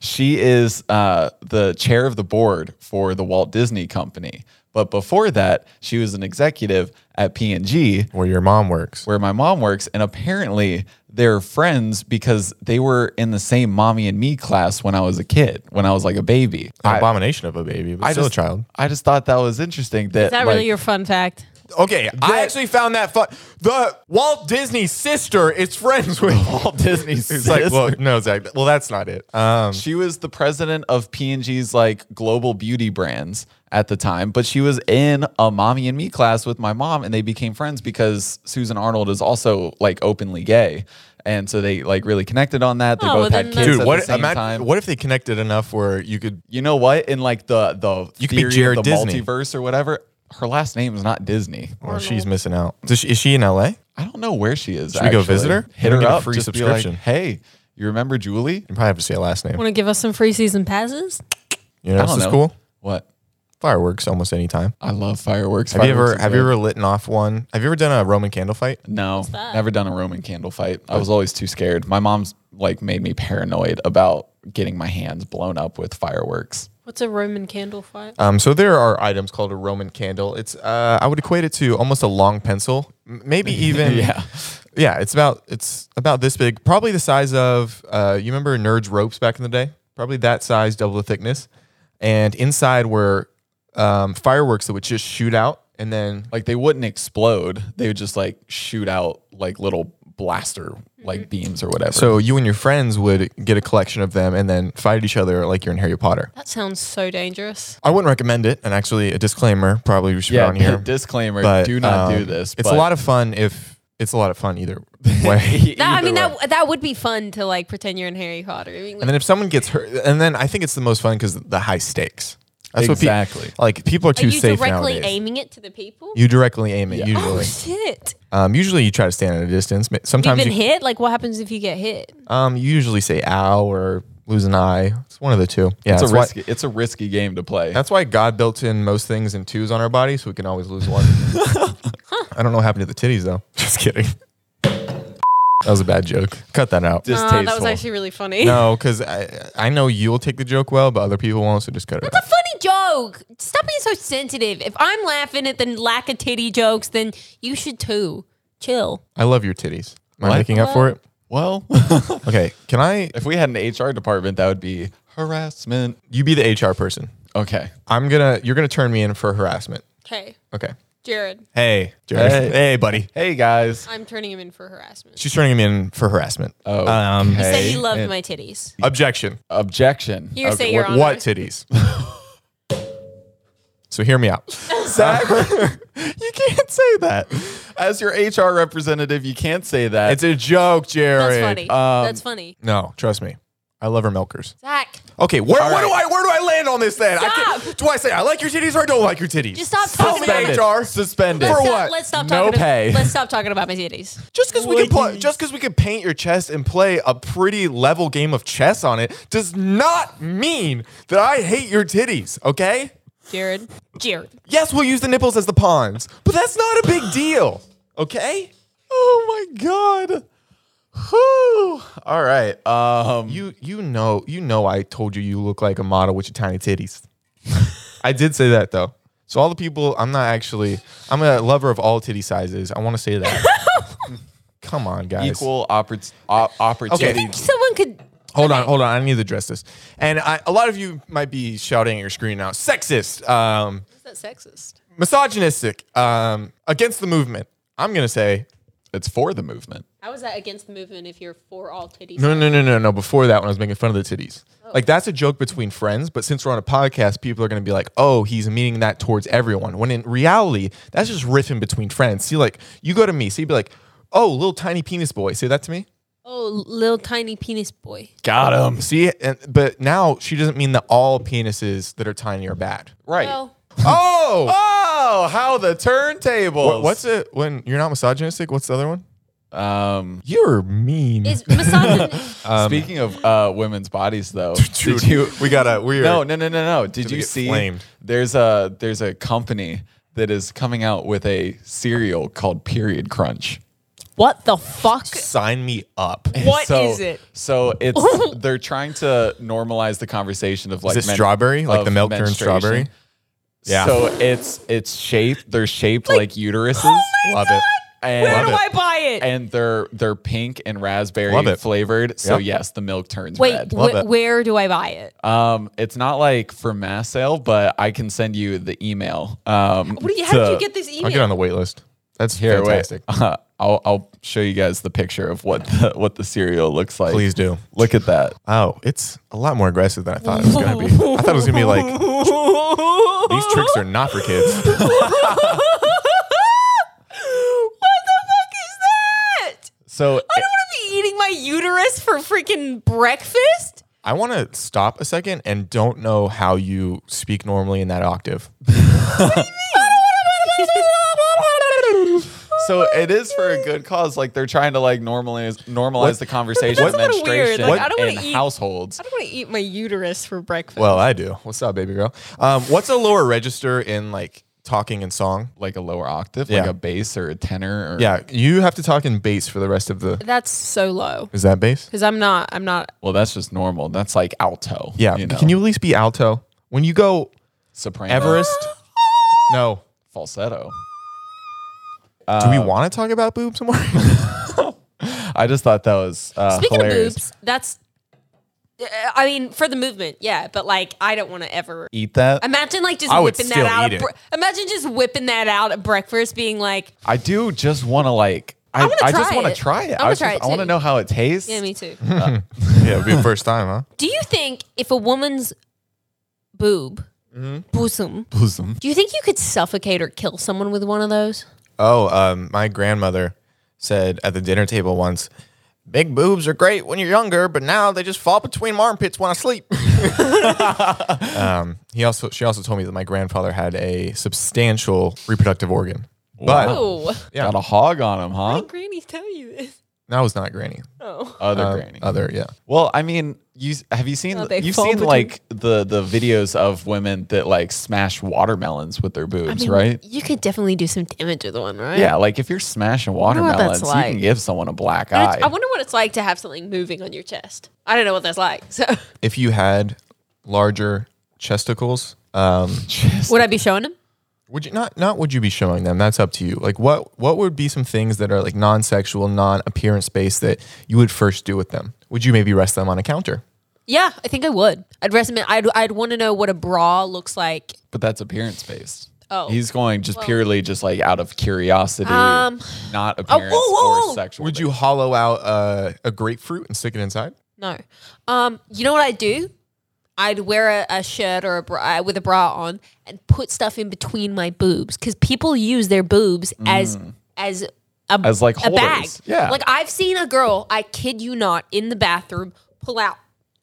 [SPEAKER 1] she is uh, the chair of the board for the Walt Disney Company. But before that, she was an executive at P&G
[SPEAKER 3] where your mom works.
[SPEAKER 1] where my mom works and apparently they're friends because they were in the same mommy and me class when I was a kid, when I was like a baby.
[SPEAKER 3] An
[SPEAKER 1] I,
[SPEAKER 3] abomination of a baby, but Oh, still
[SPEAKER 1] just,
[SPEAKER 3] a child.
[SPEAKER 1] I just thought that was interesting that,
[SPEAKER 4] Is that
[SPEAKER 1] like,
[SPEAKER 4] really your fun fact?
[SPEAKER 3] Okay, I actually found that fun. The Walt Disney sister is friends with Walt
[SPEAKER 1] Disney's
[SPEAKER 3] It's like, well, no, Zach. Well, that's not it. Um,
[SPEAKER 1] She was the president of P&G's like global beauty brands at the time, but she was in a mommy and me class with my mom and they became friends because Susan Arnold is also like openly gay. And so they like really connected on that. They
[SPEAKER 4] Oh,
[SPEAKER 1] both
[SPEAKER 4] well, then
[SPEAKER 1] had
[SPEAKER 4] that's-
[SPEAKER 1] kids at
[SPEAKER 3] dude, what?
[SPEAKER 1] the same
[SPEAKER 3] imagine-
[SPEAKER 1] time.
[SPEAKER 3] what if they connected enough where you could?
[SPEAKER 1] you know what? In like the the
[SPEAKER 3] You could be
[SPEAKER 1] theory of
[SPEAKER 3] Jared
[SPEAKER 1] the
[SPEAKER 3] Disney.
[SPEAKER 1] multiverse or whatever, her last name is not Disney.
[SPEAKER 3] Well, she's missing out. Does she, is she in LA?
[SPEAKER 1] I don't know where she is. Should
[SPEAKER 3] we go visit her?
[SPEAKER 1] Hit
[SPEAKER 3] Maybe
[SPEAKER 1] her
[SPEAKER 3] get a
[SPEAKER 1] up.
[SPEAKER 3] free
[SPEAKER 1] just be like,
[SPEAKER 3] subscription.
[SPEAKER 1] hey, you remember Julie?
[SPEAKER 3] You probably have to say her last name.
[SPEAKER 4] Want to give us some free season passes?
[SPEAKER 3] You know,
[SPEAKER 1] I
[SPEAKER 3] this
[SPEAKER 1] don't
[SPEAKER 3] is
[SPEAKER 1] know.
[SPEAKER 3] cool.
[SPEAKER 1] What?
[SPEAKER 3] Fireworks almost any time.
[SPEAKER 1] I love fireworks.
[SPEAKER 3] Have you ever
[SPEAKER 1] Fireworks is
[SPEAKER 3] have
[SPEAKER 1] a-
[SPEAKER 3] you ever lit off one? Have you ever done a Roman candle fight?
[SPEAKER 1] No, never done a Roman candle fight. I was always too scared. My mom's like made me paranoid about getting my hands blown up with fireworks.
[SPEAKER 4] What's a Roman candle fight?
[SPEAKER 3] Um, so there are items called a Roman candle. It's uh, I would equate it to almost a long pencil, M- maybe even
[SPEAKER 1] Yeah.
[SPEAKER 3] yeah. It's about it's about this big, probably the size of uh, you remember Nerds ropes back in the day. probably that size, double the thickness. And inside were um, fireworks that would just shoot out and then
[SPEAKER 1] Like they wouldn't explode. They would just like shoot out like little blaster like
[SPEAKER 4] Mm-hmm.
[SPEAKER 1] beams or whatever.
[SPEAKER 3] So you and your friends would get a collection of them and then fight each other like you're in Harry Potter.
[SPEAKER 4] That sounds so dangerous.
[SPEAKER 3] I wouldn't recommend it, and actually a disclaimer probably we should
[SPEAKER 1] yeah,
[SPEAKER 3] put on here.
[SPEAKER 1] disclaimer,
[SPEAKER 3] but
[SPEAKER 1] do not
[SPEAKER 3] um,
[SPEAKER 1] do this.
[SPEAKER 3] It's a lot of fun if it's a lot of fun either way.
[SPEAKER 1] of
[SPEAKER 4] That, I mean, that that would be fun to like pretend you're in Harry Potter. I mean,
[SPEAKER 3] and then if someone gets hurt, and then I think it's the most fun because the high stakes. That's what
[SPEAKER 1] Exactly.
[SPEAKER 3] people like. People are
[SPEAKER 2] Are
[SPEAKER 3] too
[SPEAKER 2] you
[SPEAKER 3] safe
[SPEAKER 2] directly
[SPEAKER 3] nowadays.
[SPEAKER 2] aiming it to the people?
[SPEAKER 3] you directly aim it
[SPEAKER 4] oh
[SPEAKER 3] usually.
[SPEAKER 4] shit,
[SPEAKER 3] Um, usually you try to stand at a distance. Ma-
[SPEAKER 4] you've
[SPEAKER 3] Sometimes
[SPEAKER 4] been
[SPEAKER 3] you,
[SPEAKER 4] hit. Like, what happens if you get hit?
[SPEAKER 3] um, you usually say "ow" or lose an eye. It's one of the two. Yeah,
[SPEAKER 1] it's a
[SPEAKER 3] that's why-
[SPEAKER 1] risky it's a risky game to play.
[SPEAKER 3] That's why God built in most things in twos on our body, so we can always lose one. I don't know what happened to the titties though. Just kidding. That was a bad joke. Cut that out.
[SPEAKER 1] Distasteful.
[SPEAKER 4] Oh, that was actually really funny.
[SPEAKER 3] No, because I I know you'll take the joke well, but other people won't, so just cut it. out.
[SPEAKER 2] Funny joke. Stop being so sensitive. If I'm laughing at the lack of titty jokes, then you should too. Chill.
[SPEAKER 3] I love your titties. Am I
[SPEAKER 1] What?
[SPEAKER 3] making up for it?
[SPEAKER 1] well,
[SPEAKER 3] Okay. Can I?
[SPEAKER 1] if we had an HR department, that would be harassment.
[SPEAKER 3] You be the HR person.
[SPEAKER 1] Okay.
[SPEAKER 3] I'm gonna. You're gonna turn me in for harassment.
[SPEAKER 4] Okay,
[SPEAKER 3] Okay.
[SPEAKER 4] Jared,
[SPEAKER 3] Hey, Jared.
[SPEAKER 1] Hey.
[SPEAKER 3] Hey, buddy.
[SPEAKER 1] Hey guys.
[SPEAKER 4] I'm turning him in for harassment.
[SPEAKER 3] She's turning me in for harassment.
[SPEAKER 1] Oh,
[SPEAKER 3] Um,
[SPEAKER 1] okay.
[SPEAKER 2] Say you loved
[SPEAKER 1] And-
[SPEAKER 2] my titties.
[SPEAKER 3] Objection.
[SPEAKER 1] Objection.
[SPEAKER 2] Hearsay,
[SPEAKER 1] Okay,
[SPEAKER 2] Your
[SPEAKER 1] what-
[SPEAKER 2] Honor.
[SPEAKER 3] What titties? so hear me out.
[SPEAKER 1] Zach, you can't say that. As your HR representative, you can't say that.
[SPEAKER 3] It's a joke,
[SPEAKER 2] That's
[SPEAKER 3] Jared.
[SPEAKER 2] funny.
[SPEAKER 1] um,
[SPEAKER 2] That's funny.
[SPEAKER 3] No, trust me. I love her milkers.
[SPEAKER 2] Zach,
[SPEAKER 3] Okay, where,
[SPEAKER 1] All
[SPEAKER 3] where do
[SPEAKER 1] right.
[SPEAKER 3] I where do I land on this then? I can't- do I say I like your titties or I don't like your titties?
[SPEAKER 2] just stop talking about
[SPEAKER 1] suspended.
[SPEAKER 2] it.
[SPEAKER 3] HR.
[SPEAKER 1] Suspended.
[SPEAKER 2] Let's
[SPEAKER 3] For
[SPEAKER 2] stop,
[SPEAKER 3] what?
[SPEAKER 2] Let's stop
[SPEAKER 1] No
[SPEAKER 2] talking.
[SPEAKER 1] pay.
[SPEAKER 2] About, let's stop talking about my titties.
[SPEAKER 3] just because we can pl- just because we can paint your chest and play a pretty level game of chess on it does not mean that I hate your titties. Okay?
[SPEAKER 4] Jared,
[SPEAKER 2] Jared.
[SPEAKER 3] Yes, we'll use the nipples as the pawns, but that's not a big deal. Okay?
[SPEAKER 1] Oh my god. Whew. All right. Um,
[SPEAKER 3] You you know you know I told you you look like a model with your tiny titties. I did say that though. So all the people, I'm not actually. I'm a lover of all titty sizes. I want to say that. Come on, guys.
[SPEAKER 1] equal oppor- op- opportunity.
[SPEAKER 4] someone could.
[SPEAKER 3] Hold on, hold on. I need to address this. And I, a lot of you might be shouting at your screen now. Sexist, um,
[SPEAKER 4] Is that sexist?
[SPEAKER 3] misogynistic, um, against the movement. I'm gonna say
[SPEAKER 1] It's for the movement.
[SPEAKER 4] How is that against the movement if you're for all titties?
[SPEAKER 3] No, no, no, no, no. Before that, when I was making fun of the titties. Like that's a joke between friends, but since we're on a podcast, people are going to be like, "Oh, he's meaning that towards everyone." When in reality, that's just riffing between friends. See, like you go to me, so you'd be like, "Oh, little tiny penis boy," say that to me.
[SPEAKER 4] Oh, little tiny penis boy.
[SPEAKER 1] Got him.
[SPEAKER 3] See, and, but now she doesn't mean that all penises that are tiny are bad.
[SPEAKER 1] Right.
[SPEAKER 4] Well,
[SPEAKER 3] Oh,
[SPEAKER 1] Oh, how the turntables.
[SPEAKER 3] Wha- what's it when you're not misogynistic? What's the other one?
[SPEAKER 1] Um,
[SPEAKER 3] You're mean.
[SPEAKER 2] Is misogyny?
[SPEAKER 1] speaking of uh, women's bodies, though,
[SPEAKER 3] um, Dude,
[SPEAKER 1] did you?
[SPEAKER 3] we got a weird.
[SPEAKER 1] No, no, no, no, no. Did
[SPEAKER 3] we
[SPEAKER 1] you
[SPEAKER 3] get
[SPEAKER 1] see?
[SPEAKER 3] flamed?
[SPEAKER 1] There's a there's a company that is coming out with a cereal called Period Crunch.
[SPEAKER 4] what the fuck?
[SPEAKER 3] sign me up.
[SPEAKER 4] What is
[SPEAKER 1] so,
[SPEAKER 4] it?
[SPEAKER 1] So it's they're trying to normalize the conversation of like
[SPEAKER 3] it strawberry? Like
[SPEAKER 1] of
[SPEAKER 3] the milk turned
[SPEAKER 1] menstruation.
[SPEAKER 3] strawberry? Yeah.
[SPEAKER 1] So it's it's shaped. They're shaped like, uteruses.
[SPEAKER 3] Love it.
[SPEAKER 1] and,
[SPEAKER 4] oh Where do
[SPEAKER 3] Love
[SPEAKER 4] I buy it?
[SPEAKER 1] and they're they're pink and
[SPEAKER 3] Love
[SPEAKER 1] raspberry
[SPEAKER 3] it.
[SPEAKER 1] flavored. So
[SPEAKER 3] Yep.
[SPEAKER 1] yes, the milk turns
[SPEAKER 4] Wait,
[SPEAKER 1] red.
[SPEAKER 3] Love
[SPEAKER 4] wh-
[SPEAKER 3] it.
[SPEAKER 4] where do I buy it?
[SPEAKER 1] Um, it's not like for mass sale, but I can send you the email. Um,
[SPEAKER 4] What do you? How did
[SPEAKER 1] to-
[SPEAKER 4] you get this
[SPEAKER 3] I'll get
[SPEAKER 4] email?
[SPEAKER 3] on the wait list. That's
[SPEAKER 1] Here, wait.
[SPEAKER 3] fantastic.
[SPEAKER 1] I'll I'll show you guys the picture of what the, what the cereal looks like.
[SPEAKER 3] Please do.
[SPEAKER 1] look at that.
[SPEAKER 3] Oh, it's a lot more aggressive than I thought it was going to be. I thought it was going to be like, these tricks are not for kids.
[SPEAKER 4] what the fuck is that? I don't
[SPEAKER 1] So
[SPEAKER 4] want to be eating my uterus for freaking breakfast.
[SPEAKER 3] I want to stop a second and don't know how you speak normally in that octave.
[SPEAKER 4] Oh
[SPEAKER 1] so it is for a good cause. Like they're trying to like normalize normalize the conversation of
[SPEAKER 4] that's kinda weird.
[SPEAKER 1] menstruation
[SPEAKER 4] Like, I don't wanna
[SPEAKER 1] in
[SPEAKER 4] eat-
[SPEAKER 1] households.
[SPEAKER 4] I don't want to eat my uterus for breakfast.
[SPEAKER 3] Well, I do. What's up, baby girl? Um, what's a lower register in like talking and song?
[SPEAKER 1] Like a lower octave, like
[SPEAKER 3] Yeah.
[SPEAKER 1] a bass or a tenor. Or,
[SPEAKER 3] Yeah, you have to talk in bass for the rest of the.
[SPEAKER 4] that's so low
[SPEAKER 3] Is that bass?
[SPEAKER 4] because I'm not. I'm not.
[SPEAKER 1] Well, that's just normal. That's like alto.
[SPEAKER 3] Yeah.
[SPEAKER 1] know.
[SPEAKER 3] Can you at least be alto? When you go
[SPEAKER 1] soprano
[SPEAKER 3] Everest? No. Uh,
[SPEAKER 1] falsetto?
[SPEAKER 3] Do we want to talk about boobs more?
[SPEAKER 1] I just thought that was uh,
[SPEAKER 2] Speaking
[SPEAKER 1] hilarious.
[SPEAKER 2] of boobs, that's uh, I mean, for the movement, yeah. But like, I don't want to ever
[SPEAKER 1] Eat that.
[SPEAKER 2] imagine like just
[SPEAKER 3] I would
[SPEAKER 2] whipping
[SPEAKER 3] still
[SPEAKER 2] that out.
[SPEAKER 3] eat
[SPEAKER 2] At
[SPEAKER 3] it.
[SPEAKER 2] bre- imagine just whipping that out at breakfast, being like,
[SPEAKER 1] I do just want to like. I,
[SPEAKER 2] wanna
[SPEAKER 1] I, just
[SPEAKER 2] try
[SPEAKER 1] want to
[SPEAKER 2] it.
[SPEAKER 1] try it.
[SPEAKER 2] I wanna
[SPEAKER 1] I, was
[SPEAKER 2] try
[SPEAKER 1] just-
[SPEAKER 2] it
[SPEAKER 1] I want to
[SPEAKER 2] too.
[SPEAKER 1] know how it tastes.
[SPEAKER 2] "Yeah, me too."
[SPEAKER 3] Yeah, it'd be the first time, huh?
[SPEAKER 2] Do you think if a woman's boob,
[SPEAKER 3] Mm-hmm.
[SPEAKER 2] bosom,
[SPEAKER 1] Bosom.
[SPEAKER 2] do you think you could suffocate or kill someone with one of those?
[SPEAKER 3] Oh, um, my grandmother said at the dinner table once, "Big boobs are great when you're younger, but now they just fall between my armpits when I sleep." um, he also she also told me that my grandfather had a substantial reproductive organ, but
[SPEAKER 2] Oh,
[SPEAKER 3] Yeah.
[SPEAKER 1] Got a hog on him, huh?
[SPEAKER 2] Granny, tell you this.
[SPEAKER 3] that was not granny.
[SPEAKER 2] Oh,
[SPEAKER 1] Other
[SPEAKER 3] Um,
[SPEAKER 1] granny.
[SPEAKER 3] Other, yeah.
[SPEAKER 1] Well, I mean, you s- have you seen
[SPEAKER 2] Oh, they
[SPEAKER 1] you've
[SPEAKER 2] fall
[SPEAKER 1] seen
[SPEAKER 2] between-
[SPEAKER 1] like the the videos of women that like smash watermelons with their boobs, right?
[SPEAKER 2] You could definitely do some damage with one, right?
[SPEAKER 1] Yeah, like if you're smashing
[SPEAKER 2] know what that's
[SPEAKER 1] watermelons, you
[SPEAKER 2] like.
[SPEAKER 1] can give someone a black
[SPEAKER 2] But it's-
[SPEAKER 1] eye.
[SPEAKER 2] I wonder what it's like to have something moving on your chest. I don't know what that's like. So
[SPEAKER 3] If you had larger chesticles, um,
[SPEAKER 1] Just-
[SPEAKER 2] would I be showing him?
[SPEAKER 3] would you not? Not would you be showing them? That's up to you. Like what? What would be some things that are like non-sexual, non-appearance based that you would first do with them? Would you maybe rest them on a counter?
[SPEAKER 2] Yeah, I think I would. I'd recommend. I'd I'd want to know what a bra looks like.
[SPEAKER 1] but that's appearance based.
[SPEAKER 2] Oh.
[SPEAKER 1] he's going just purely just like out of curiosity,
[SPEAKER 2] Um,
[SPEAKER 1] not appearance
[SPEAKER 2] whoa, whoa.
[SPEAKER 1] or sexual.
[SPEAKER 3] Would you hollow out uh, a grapefruit and stick it inside?
[SPEAKER 2] No, um, you know what I'd do? I'd wear a, a shirt or a bra uh, with a bra on and put stuff in between my boobs because people use their boobs as
[SPEAKER 1] Mm.
[SPEAKER 2] as a
[SPEAKER 1] As, like,
[SPEAKER 2] a bag.
[SPEAKER 1] holders. Yeah.
[SPEAKER 2] like I've seen a girl. I kid you not, in the bathroom, pull out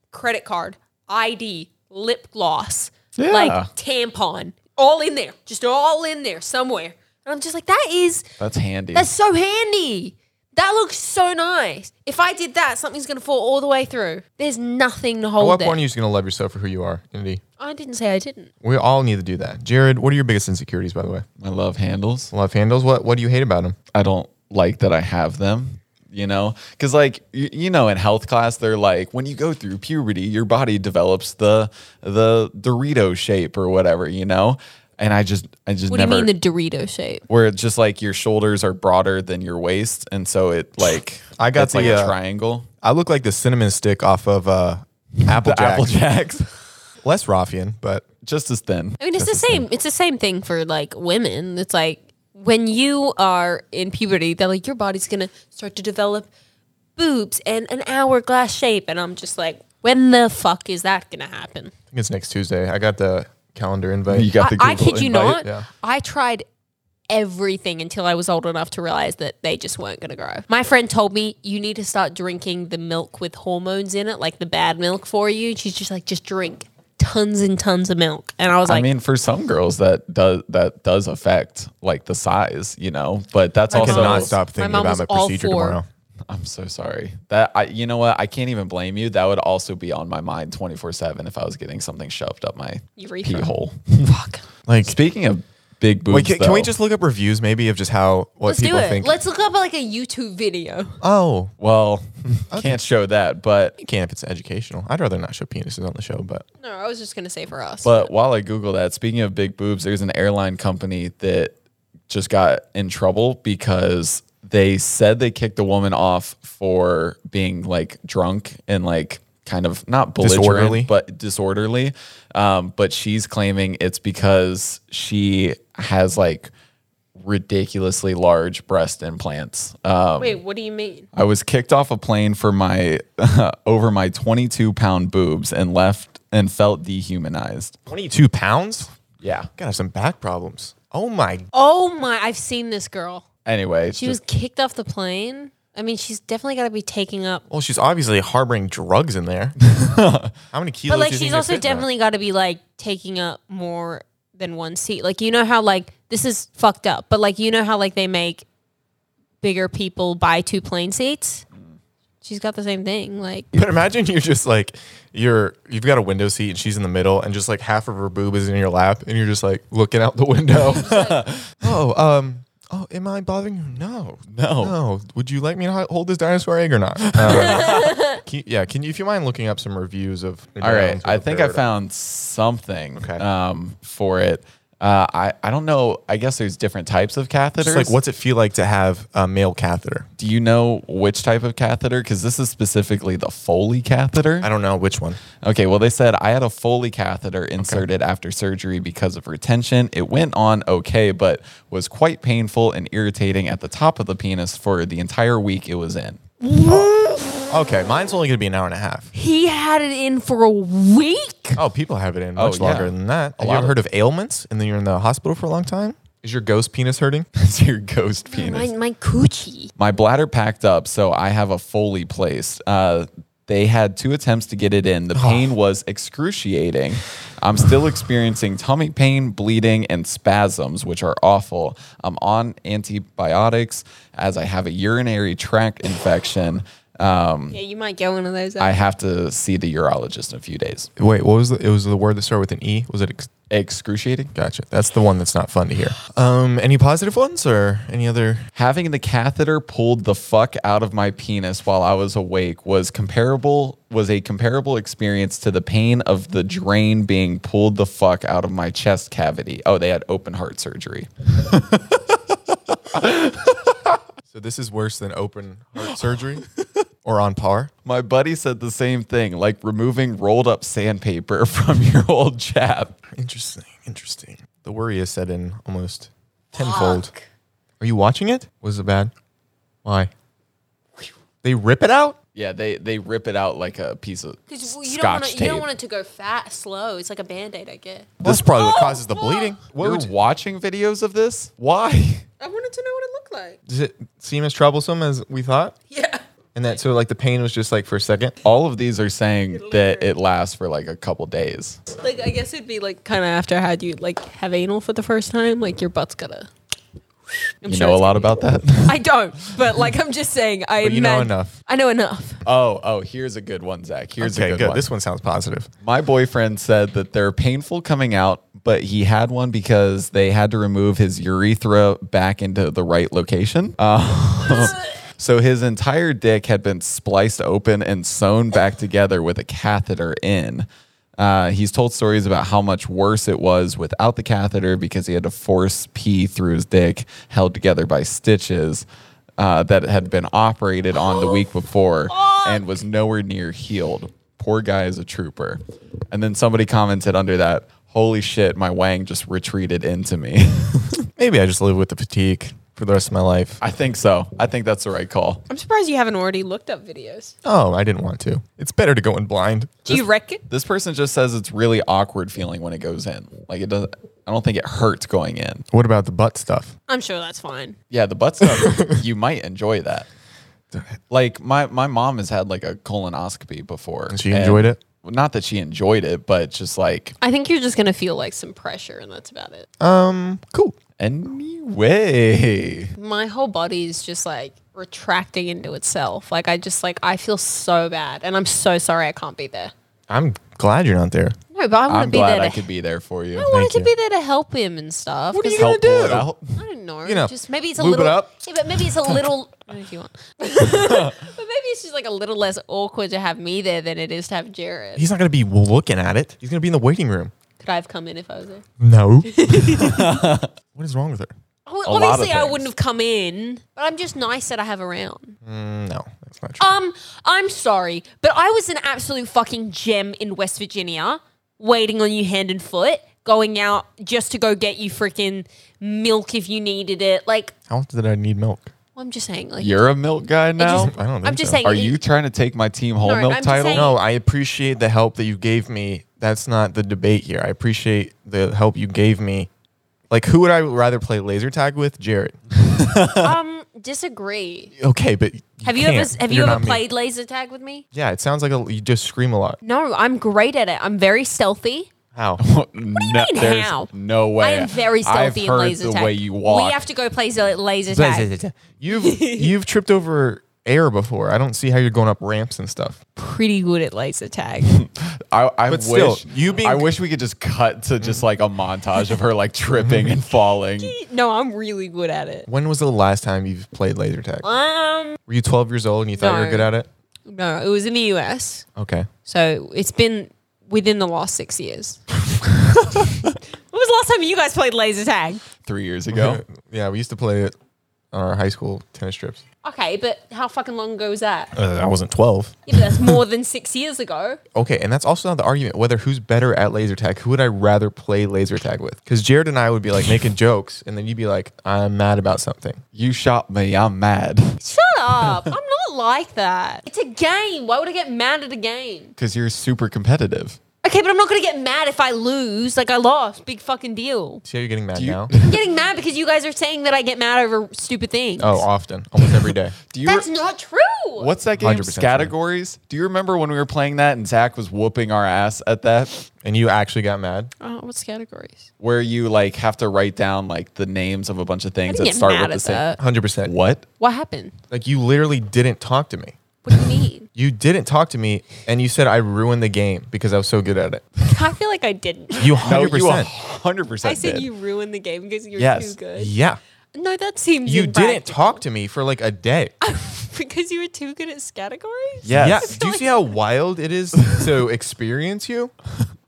[SPEAKER 2] credit card, ID, lip gloss,
[SPEAKER 1] Yeah.
[SPEAKER 2] like tampon, all in there, just all in there somewhere. And I'm just like, that is
[SPEAKER 1] That's handy.
[SPEAKER 2] that's so handy. That looks so nice. If I did that, something's gonna fall all the way through. There's nothing to
[SPEAKER 3] At
[SPEAKER 2] hold
[SPEAKER 3] what
[SPEAKER 2] there.
[SPEAKER 3] point are you just gonna love yourself for who you are, Indy?
[SPEAKER 2] I didn't say I didn't.
[SPEAKER 3] We all need to do that. Jared, what are your biggest insecurities, by the way?
[SPEAKER 1] My love handles.
[SPEAKER 3] Love handles. What What do you hate about them?
[SPEAKER 1] I don't like that I have them. You know, because like you, you know, in health class, they're like, when you go through puberty, your body develops the the Dorito shape or whatever. You know, and I just I just
[SPEAKER 2] What
[SPEAKER 1] never
[SPEAKER 2] do you mean the Dorito shape?
[SPEAKER 1] where it's just like your shoulders are broader than your waist, and so it like
[SPEAKER 3] I got
[SPEAKER 1] it's like
[SPEAKER 3] the,
[SPEAKER 1] a
[SPEAKER 3] uh,
[SPEAKER 1] triangle.
[SPEAKER 3] I look like the cinnamon stick off of uh, Apple
[SPEAKER 1] The Apple
[SPEAKER 3] Jacks.
[SPEAKER 1] Jacks,
[SPEAKER 3] Less Raffian, but
[SPEAKER 1] just as thin.
[SPEAKER 2] I mean, it's the same. It's the same thing for like women. It's like when you are in puberty, they're like your body's gonna start to develop boobs and an hourglass shape, and I'm just like, when the fuck is that gonna happen?
[SPEAKER 3] I think it's next Tuesday. I got the calendar
[SPEAKER 1] You
[SPEAKER 3] invite.
[SPEAKER 1] got the
[SPEAKER 2] I, I
[SPEAKER 1] Google
[SPEAKER 2] kid you
[SPEAKER 1] invite.
[SPEAKER 2] not.
[SPEAKER 3] yeah.
[SPEAKER 2] I tried everything until I was old enough to realize that they just weren't going to grow. My friend told me you need to start drinking the milk with hormones in it, like the bad milk for you. She's just like, just drink tons and tons of milk, and I was
[SPEAKER 1] I
[SPEAKER 2] like,
[SPEAKER 1] mean, for some girls that does that does affect like the size, you know. But that's
[SPEAKER 3] I
[SPEAKER 1] also
[SPEAKER 3] cannot stop
[SPEAKER 2] my
[SPEAKER 3] thinking
[SPEAKER 2] mom
[SPEAKER 3] about
[SPEAKER 2] was
[SPEAKER 3] my
[SPEAKER 2] all
[SPEAKER 3] procedure
[SPEAKER 2] for-
[SPEAKER 3] tomorrow.
[SPEAKER 1] I'm so sorry. That I you know what? I can't even blame you. That would also be on my mind 24/7 if I was getting something shoved up my
[SPEAKER 2] Urethra.
[SPEAKER 1] pee hole.
[SPEAKER 2] fuck.
[SPEAKER 3] Like,
[SPEAKER 1] Speaking of big boobs
[SPEAKER 3] wait, can, can we
[SPEAKER 1] though,
[SPEAKER 3] just look up reviews maybe of just how what
[SPEAKER 2] Let's do
[SPEAKER 3] people
[SPEAKER 2] it.
[SPEAKER 3] think?
[SPEAKER 2] Let's look up like a YouTube video.
[SPEAKER 3] oh,
[SPEAKER 1] well, can't show that, but
[SPEAKER 3] you can if it's educational. I'd rather not show penises on the show, but
[SPEAKER 2] No, I was just gonna say for us.
[SPEAKER 1] but while I google that, speaking of big boobs, there's an airline company that just got in trouble because they said they kicked a woman off for being like drunk and like kind of not belligerent,
[SPEAKER 3] Disorderly?
[SPEAKER 1] but disorderly. Um, but she's claiming it's because she has like ridiculously large breast implants. Um,
[SPEAKER 2] Wait, what do you mean?
[SPEAKER 1] I was kicked off a plane for my over my 22 pound boobs and left and felt dehumanized.
[SPEAKER 3] 22 pounds?
[SPEAKER 1] Yeah.
[SPEAKER 3] Gotta have some back problems. Oh my
[SPEAKER 2] Oh my! I've seen this girl.
[SPEAKER 1] Anyway,
[SPEAKER 2] She was kicked off the plane. I mean, she's definitely got to be taking up
[SPEAKER 3] Well, she's obviously harboring drugs in there. How many kilos?
[SPEAKER 2] But like
[SPEAKER 3] do you think
[SPEAKER 2] she's
[SPEAKER 3] you're
[SPEAKER 2] also
[SPEAKER 3] sitting at?
[SPEAKER 2] definitely got to be like taking up more than one seat. Like you know how like this is fucked up, but like you know how like they make bigger people buy two plane seats.
[SPEAKER 3] Mm.
[SPEAKER 2] She's got the same thing. Like
[SPEAKER 3] But imagine you're just like you're you've got a window seat and she's in the middle and just like half of her boob is in your lap and you're just like looking out the window. oh, um, oh, am I bothering you? No,
[SPEAKER 1] No.
[SPEAKER 3] no. Would you like me to hi- hold this dinosaur egg or not? Um, can you- yeah, can you if you mind looking up some reviews of?
[SPEAKER 1] all right. I think I found something
[SPEAKER 3] Okay.
[SPEAKER 1] um, for it. Uh, I, I don't know. I guess there's different types of catheters.
[SPEAKER 3] Just like, what's it feel like to have a male catheter?
[SPEAKER 1] Do you know which type of catheter? Because this is specifically the Foley catheter.
[SPEAKER 3] I don't know which one.
[SPEAKER 1] Okay, well, they said I had a Foley catheter inserted after surgery because of retention. It went on okay, but was quite painful and irritating at the top of the penis for the entire week it was in.
[SPEAKER 3] Okay, mine's only gonna be an hour and a half.
[SPEAKER 5] He had it in for a week.
[SPEAKER 3] Oh, people have it in
[SPEAKER 1] Oh,
[SPEAKER 3] much longer
[SPEAKER 1] yeah.
[SPEAKER 3] than that. Have you
[SPEAKER 1] lot
[SPEAKER 3] ever
[SPEAKER 1] of-
[SPEAKER 3] heard of ailments and then you're in the hospital for a long time? Is your ghost penis hurting?
[SPEAKER 1] It's your ghost penis.
[SPEAKER 5] My, my coochie.
[SPEAKER 1] My bladder packed up, so I have a Foley placed. Uh, they had two attempts to get it in. The pain was excruciating. I'm still experiencing tummy pain, bleeding, and spasms, which are awful. I'm on antibiotics as I have a urinary tract infection. Um,
[SPEAKER 2] Yeah, you might get one of those. uh,
[SPEAKER 1] I have to see the urologist in a few days.
[SPEAKER 3] Wait, what was the, it was the word that started with an E? Was it ex-
[SPEAKER 1] Excruciating.
[SPEAKER 3] Gotcha. That's the one that's not fun to hear. Um, any positive ones or any other?
[SPEAKER 1] Having the catheter pulled the fuck out of my penis while I was awake was comparable was a comparable experience to the pain of the drain being pulled the fuck out of my chest cavity. Oh, they had open heart surgery.
[SPEAKER 3] So this is worse than open heart surgery, or on par.
[SPEAKER 1] My buddy said the same thing, like removing rolled up sandpaper from your old chap.
[SPEAKER 3] Interesting. Interesting. The worry is set in almost tenfold. Are you watching it? Was it bad? Why? They rip it out.
[SPEAKER 1] Yeah, they they rip it out like a piece of
[SPEAKER 2] Because
[SPEAKER 1] scotch
[SPEAKER 2] you, don't wanna-
[SPEAKER 1] tape.
[SPEAKER 2] you don't want it to go fat, slow. It's like a band aid, I guess.
[SPEAKER 3] This is probably what causes the bleeding.
[SPEAKER 1] You're watching videos of this? Why?
[SPEAKER 2] I wanted to know what it looked like.
[SPEAKER 3] Does it seem as troublesome as we thought?
[SPEAKER 2] Yeah.
[SPEAKER 3] And that so like the pain was just like for a second.
[SPEAKER 1] All of these are saying that it lasts for like a couple days.
[SPEAKER 2] Like, I guess it'd be like kind of after how do you like have anal for the first time? Like, your butt's gonna. I'm
[SPEAKER 1] You
[SPEAKER 2] sure
[SPEAKER 1] know a
[SPEAKER 2] it's-
[SPEAKER 1] lot about that?
[SPEAKER 2] I don't, but like, I'm just saying. I
[SPEAKER 3] But you know
[SPEAKER 2] imag-
[SPEAKER 3] enough.
[SPEAKER 2] I know enough.
[SPEAKER 1] Oh, oh, here's a good one, Zach. Here's a good, one.
[SPEAKER 3] This one sounds positive.
[SPEAKER 1] My boyfriend said that they're painful coming out, but he had one because they had to remove his urethra back into the right location. Um, so his entire dick had been spliced open and sewn back together with a catheter in. Uh, he's told stories about how much worse it was without the catheter because he had to force pee through his dick, held together by stitches uh, that had been operated on the week before and was nowhere near healed. Poor guy is a trooper. And then somebody commented under that, holy shit, my wang just retreated into me.
[SPEAKER 3] Maybe I just live with the fatigue for the rest of my life.
[SPEAKER 1] I think so. I think that's the right call.
[SPEAKER 2] I'm surprised you haven't already looked up videos.
[SPEAKER 3] Oh, I didn't want to. It's better to go in blind.
[SPEAKER 2] Do you reckon?
[SPEAKER 1] This person just says it's really awkward feeling when it goes in. Like it doesn't, I don't think it hurts going in.
[SPEAKER 3] What about the butt stuff?
[SPEAKER 2] I'm sure that's fine.
[SPEAKER 1] Yeah, the butt stuff, you might enjoy that. Like my my mom has had like a colonoscopy before.
[SPEAKER 3] And she enjoyed it?
[SPEAKER 1] Not that she enjoyed it, but just like
[SPEAKER 2] I think you're just gonna feel like some pressure, and that's about it.
[SPEAKER 1] Uh.
[SPEAKER 3] Um, cool.
[SPEAKER 1] anyway.
[SPEAKER 2] My whole body is just like retracting into itself. Like I just like I feel so bad, and I'm so sorry I can't be there.
[SPEAKER 3] I'm glad you're not there.
[SPEAKER 2] No, but I want
[SPEAKER 1] I'm
[SPEAKER 2] to be there.
[SPEAKER 1] glad
[SPEAKER 2] To,
[SPEAKER 1] I
[SPEAKER 2] I,
[SPEAKER 1] could be there for you.
[SPEAKER 2] wanted to
[SPEAKER 3] you.
[SPEAKER 2] be there to help him and stuff. What
[SPEAKER 3] are you
[SPEAKER 1] Help
[SPEAKER 3] gonna
[SPEAKER 1] pull it
[SPEAKER 3] do?
[SPEAKER 1] out.
[SPEAKER 2] I don't know.
[SPEAKER 3] You know,
[SPEAKER 2] just maybe it's a
[SPEAKER 3] lube it
[SPEAKER 2] little.
[SPEAKER 3] up.
[SPEAKER 2] Yeah, but maybe it's a little. I don't know if you want, but maybe it's just like a little less awkward to have me there than it is to have Jared.
[SPEAKER 3] He's not gonna be looking at it. He's gonna be in the waiting room.
[SPEAKER 2] Could I have come in if I was there?
[SPEAKER 3] No. what is wrong with her?
[SPEAKER 2] Well,
[SPEAKER 1] lot of
[SPEAKER 2] obviously, I
[SPEAKER 1] things.
[SPEAKER 2] wouldn't have come in, but I'm just nice that I have around.
[SPEAKER 3] No, that's not true.
[SPEAKER 2] Um, I'm sorry, but I was an absolute fucking gem in West Virginia, waiting on you hand and foot, going out just to go get you freaking milk if you needed it. Like,
[SPEAKER 3] How often did I need milk?
[SPEAKER 2] I'm just saying, like,
[SPEAKER 1] You're a milk guy now?
[SPEAKER 3] I don't think
[SPEAKER 2] I'm just
[SPEAKER 3] so.
[SPEAKER 2] saying,
[SPEAKER 1] Are you trying to take my team whole
[SPEAKER 2] No,
[SPEAKER 1] milk
[SPEAKER 2] I'm just
[SPEAKER 1] title?
[SPEAKER 2] saying-
[SPEAKER 3] No, I appreciate the help that you gave me. That's not the debate here. I appreciate the help you gave me. Like, who would I rather play laser tag with? Jared.
[SPEAKER 2] um disagree?
[SPEAKER 3] Okay, but you
[SPEAKER 2] Have you
[SPEAKER 3] can't.
[SPEAKER 2] ever have you
[SPEAKER 3] You're
[SPEAKER 2] ever
[SPEAKER 3] not me.
[SPEAKER 2] played laser tag with me?
[SPEAKER 3] Yeah, it sounds like a, you just scream a lot.
[SPEAKER 2] No, I'm great at it. I'm very stealthy.
[SPEAKER 3] How?
[SPEAKER 1] no,
[SPEAKER 2] mean
[SPEAKER 1] there's
[SPEAKER 2] how?
[SPEAKER 1] No way.
[SPEAKER 2] I am very stealthy
[SPEAKER 1] I've
[SPEAKER 2] in
[SPEAKER 1] heard
[SPEAKER 2] laser
[SPEAKER 1] the
[SPEAKER 2] tag.
[SPEAKER 1] way you walk.
[SPEAKER 2] We have to go play za- laser tag.
[SPEAKER 3] You've you've tripped over air before. I don't see how you're going up ramps and stuff.
[SPEAKER 2] Pretty good at laser tag.
[SPEAKER 1] I, I wish
[SPEAKER 3] But still, you being- Mm-hmm.
[SPEAKER 1] I wish we could just cut to just like a montage of her like tripping and falling.
[SPEAKER 2] no, I'm really good at it.
[SPEAKER 3] When was the last time you've played laser tag?
[SPEAKER 2] Um,
[SPEAKER 3] Were you 12 years old and you thought you were
[SPEAKER 2] No.
[SPEAKER 3] good at it?
[SPEAKER 2] no, it was in the US,
[SPEAKER 3] Okay.
[SPEAKER 2] so it's been within the last six years. when was the last time you guys played laser tag?
[SPEAKER 1] three years ago.
[SPEAKER 3] yeah, we used to play it on our high school tennis trips.
[SPEAKER 2] Okay, but how fucking long ago was that?
[SPEAKER 3] Uh, I wasn't 12.
[SPEAKER 2] Yeah, but that's more than six years ago.
[SPEAKER 3] Okay, and that's also not the argument whether who's better at laser tag. Who would I rather play laser tag with? Because Jared and I would be like making jokes, and then you'd be like, "I'm mad about something."
[SPEAKER 1] You shot me. I'm mad
[SPEAKER 2] Shut up. I'm not like that. It's a game. Why would I get mad at a game?
[SPEAKER 1] because you're super competitive.
[SPEAKER 2] Okay, but I'm not going to get mad if I lose. Like, I lost. Big fucking deal.
[SPEAKER 3] See how you're getting mad
[SPEAKER 1] you-
[SPEAKER 3] now?
[SPEAKER 2] I'm getting mad because you guys are saying that I get mad over stupid things.
[SPEAKER 3] Oh, often, almost every day.
[SPEAKER 1] Do you?
[SPEAKER 2] That's not true.
[SPEAKER 1] What's that game's
[SPEAKER 3] 100%
[SPEAKER 1] categories? Do you remember when we were playing that and Zach was whooping our ass at that?
[SPEAKER 3] And you actually got mad.
[SPEAKER 4] Oh, what's categories?
[SPEAKER 1] Where you like have to write down like the names of a bunch of things
[SPEAKER 2] didn't
[SPEAKER 1] that
[SPEAKER 2] get
[SPEAKER 1] start
[SPEAKER 2] mad
[SPEAKER 1] with the
[SPEAKER 2] at
[SPEAKER 1] same.
[SPEAKER 2] that.
[SPEAKER 3] 100%.
[SPEAKER 1] What?
[SPEAKER 2] What happened?
[SPEAKER 3] Like you literally didn't talk to me.
[SPEAKER 2] What do you mean?
[SPEAKER 3] You didn't talk to me, and you said I ruined the game because I was so good at it.
[SPEAKER 2] I feel like I didn't.
[SPEAKER 3] You
[SPEAKER 1] No,
[SPEAKER 3] 100%.
[SPEAKER 1] you hundred percent.
[SPEAKER 2] I said you ruined the game because you were
[SPEAKER 1] Yes.
[SPEAKER 2] too good.
[SPEAKER 3] yeah.
[SPEAKER 2] No, that seems
[SPEAKER 3] You didn't
[SPEAKER 2] impractical.
[SPEAKER 3] talk to me for like a day.
[SPEAKER 2] because you were too good at categories.
[SPEAKER 1] Yes.
[SPEAKER 3] Yeah. Do you see how wild it is to experience you?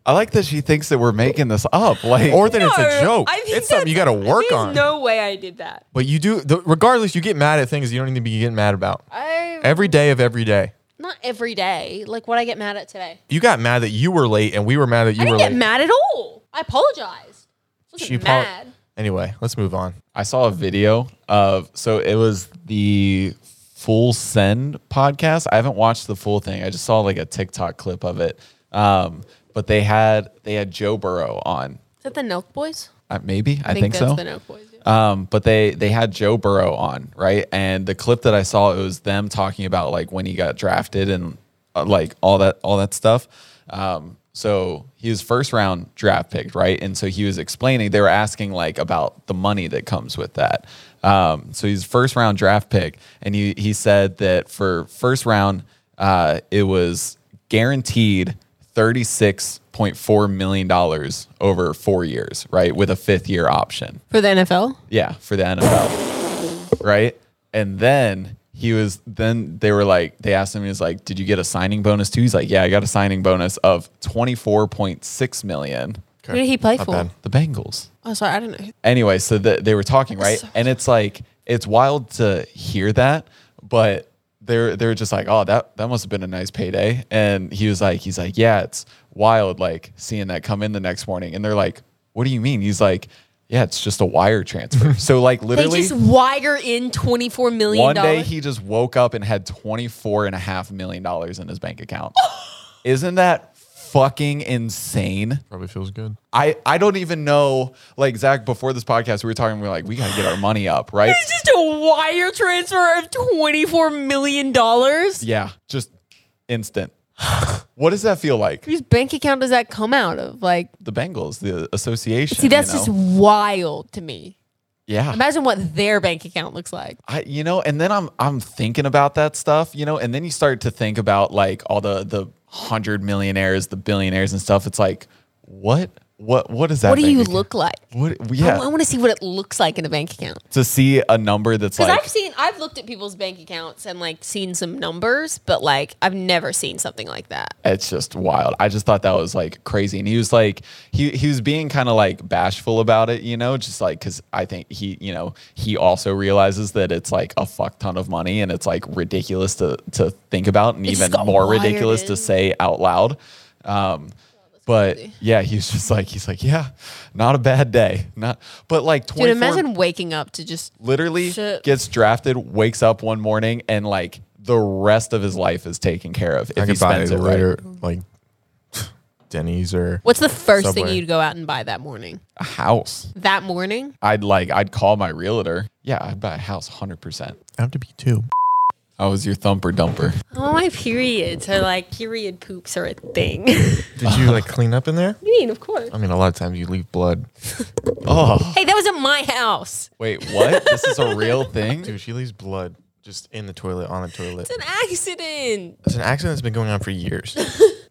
[SPEAKER 1] I like that she thinks that we're making this up. Like,
[SPEAKER 3] Or that it's a
[SPEAKER 2] No,
[SPEAKER 3] joke.
[SPEAKER 2] I think
[SPEAKER 3] It's something you got
[SPEAKER 2] that's-
[SPEAKER 3] to work
[SPEAKER 2] there's
[SPEAKER 3] on.
[SPEAKER 2] No way I did that.
[SPEAKER 3] But you do, the, regardless, you get mad at things you don't need to be getting mad about.
[SPEAKER 2] I
[SPEAKER 3] Every day of every day.
[SPEAKER 2] not every day. Like what I get mad at today.
[SPEAKER 3] You got mad that you were late and we were mad that you
[SPEAKER 2] I
[SPEAKER 3] were
[SPEAKER 2] didn't get
[SPEAKER 3] late.
[SPEAKER 2] mad at all. I apologized. I wasn't
[SPEAKER 3] She apo-
[SPEAKER 2] mad.
[SPEAKER 3] Anyway, let's move on.
[SPEAKER 1] I saw a video of so it was the Full Send podcast. I haven't watched the full thing. I just saw like a TikTok clip of it. Um, but they had they had Joe Burrow on.
[SPEAKER 2] Is that the Nelk Boys?
[SPEAKER 1] Uh, maybe I, think,
[SPEAKER 2] that's
[SPEAKER 1] so.
[SPEAKER 2] the Nelk Boys. yeah.
[SPEAKER 1] Um, but they they had Joe Burrow on, right? And the clip that I saw, it was them talking about like when he got drafted and uh, like all that all that stuff. Um, so he was first round draft pick, right? And so he was explaining. They were asking like about the money that comes with that. Um, so he's first round draft pick, and he he said that for first round, uh, it was guaranteed thirty six point four million dollars over four years, right, with a fifth year option.
[SPEAKER 4] For the NFL?
[SPEAKER 1] Yeah, for the NFL. right? And then he was then they were like they asked him he was like, "Did you get a signing bonus too?" He's like, "Yeah, I got a signing bonus of 24.6 million."
[SPEAKER 4] Who did he play for?
[SPEAKER 3] bad.
[SPEAKER 1] The Bengals.
[SPEAKER 4] Oh, sorry, I don't know.
[SPEAKER 1] Anyway, so the, they were talking, right? And it's like it's wild to hear that, but they're they're just like, "Oh, that that must have been a nice payday." And he was like he's like, "Yeah, it's wild like seeing that come in the next morning." And they're like, "What do you mean?" He's like, "Yeah, it's just a wire transfer." so like
[SPEAKER 2] They
[SPEAKER 1] literally
[SPEAKER 2] just wire in twenty four million.
[SPEAKER 1] one day
[SPEAKER 2] dollars.
[SPEAKER 1] he just woke up and had $24.5 million dollars in his bank account. Isn't that fucking insane?
[SPEAKER 3] Probably feels good.
[SPEAKER 1] I, I don't even know. Like, Zach, before this podcast, we were talking, we were like, we got to get our money up, right?
[SPEAKER 2] It's just a wire transfer of twenty four million dollars.
[SPEAKER 1] yeah, just instant. what does that feel like?
[SPEAKER 4] Whose bank account does that come out of? Like,
[SPEAKER 1] The Bengals, the association.
[SPEAKER 2] See, that's
[SPEAKER 1] you know?
[SPEAKER 2] just wild to me.
[SPEAKER 1] yeah.
[SPEAKER 2] Imagine what their bank account looks like.
[SPEAKER 1] I, you know, and then I'm I'm thinking about that stuff, you know, and then you start to think about like all the the hundred millionaires, the billionaires and stuff. It's like, what, what, what is that?
[SPEAKER 2] What do
[SPEAKER 1] make
[SPEAKER 2] you
[SPEAKER 1] account?
[SPEAKER 2] look like?
[SPEAKER 1] What?
[SPEAKER 2] I-
[SPEAKER 1] Yeah,
[SPEAKER 2] I, want to see what it looks like in a bank account.
[SPEAKER 1] to see a number that's
[SPEAKER 2] Because
[SPEAKER 1] like
[SPEAKER 2] I've seen, I've looked at people's bank accounts and like seen some numbers, but like I've never seen something like that.
[SPEAKER 1] it's just wild. I just thought that was like crazy, and he was like he he was being kind of like bashful about it, you know, just like because I think he you know he also realizes that it's like a fuck ton of money and it's like ridiculous to to think about and
[SPEAKER 2] just
[SPEAKER 1] even
[SPEAKER 2] got
[SPEAKER 1] more
[SPEAKER 2] wired
[SPEAKER 1] ridiculous
[SPEAKER 2] in.
[SPEAKER 1] to say out loud. Um, but yeah, he was just like he's like yeah, not a bad day, not but like
[SPEAKER 2] Dude,
[SPEAKER 1] twenty four
[SPEAKER 2] imagine waking up to just
[SPEAKER 1] literally
[SPEAKER 2] Shit.
[SPEAKER 1] gets drafted, wakes up one morning, and like the rest of his life is taken care of if
[SPEAKER 3] I
[SPEAKER 1] he
[SPEAKER 3] could buy
[SPEAKER 1] spends it right.
[SPEAKER 3] later, like Denny's or
[SPEAKER 2] what's the first thing
[SPEAKER 3] Subway.
[SPEAKER 2] you'd go out and buy that morning?
[SPEAKER 1] A house.
[SPEAKER 2] That morning,
[SPEAKER 1] I'd like I'd call my realtor. Yeah, I'd buy a house, hundred percent.
[SPEAKER 3] I have to be two.
[SPEAKER 1] I was your thumper dumper.
[SPEAKER 2] oh my period. So like period poops are a thing. I
[SPEAKER 3] Did you like clean up in there?
[SPEAKER 2] mean, of course.
[SPEAKER 3] I mean, a lot of times you leave blood.
[SPEAKER 1] Oh
[SPEAKER 2] Hey, that was at my house.
[SPEAKER 1] wait, what? this is a real thing.
[SPEAKER 3] Dude, she leaves blood just in the toilet, on the toilet.
[SPEAKER 2] It's an accident.
[SPEAKER 3] It's an accident that's been going on for years.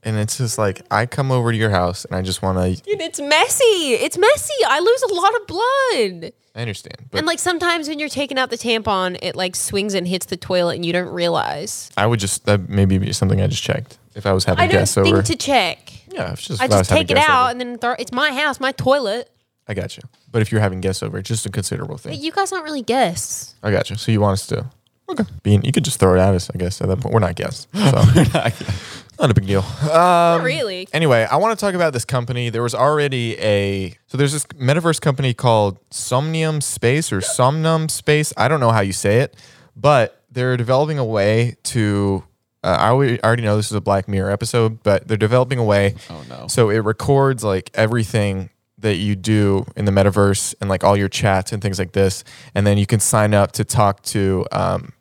[SPEAKER 3] and it's just like, I come over to your house and I just want to,
[SPEAKER 2] Dude, it's messy. It's messy. I lose a lot of blood.
[SPEAKER 3] I understand. But
[SPEAKER 2] And like sometimes when you're taking out the tampon, it like swings and hits the toilet and you don't realize.
[SPEAKER 3] I would just, that maybe be something I just checked if I was having
[SPEAKER 2] I don't
[SPEAKER 3] guests
[SPEAKER 2] think
[SPEAKER 3] over.
[SPEAKER 2] to check.
[SPEAKER 3] yeah, it's just,
[SPEAKER 2] I
[SPEAKER 3] if was
[SPEAKER 2] just
[SPEAKER 3] having
[SPEAKER 2] take it
[SPEAKER 3] guests
[SPEAKER 2] out
[SPEAKER 3] over.
[SPEAKER 2] and then throw it's my house, my toilet.
[SPEAKER 3] I got you. But if you're having guests over, it's just a considerable
[SPEAKER 2] But
[SPEAKER 3] thing.
[SPEAKER 2] you guys aren't really guests.
[SPEAKER 3] I got you. So you want us to? Okay. Bean, you could just throw it at us. I guess at that point, we're not guests, so not a big deal. Um,
[SPEAKER 2] Not really.
[SPEAKER 3] Anyway, I want to talk about this company. There was already a so there's this metaverse company called Somnium Space or Somnum Space. I don't know how you say it, but they're developing a way to. Uh, I alwe- I already know this is a Black Mirror episode, but they're developing a way.
[SPEAKER 1] Oh, no.
[SPEAKER 3] So it records like everything that you do in the metaverse and like all your chats and things like this, and then you can sign up to talk to um,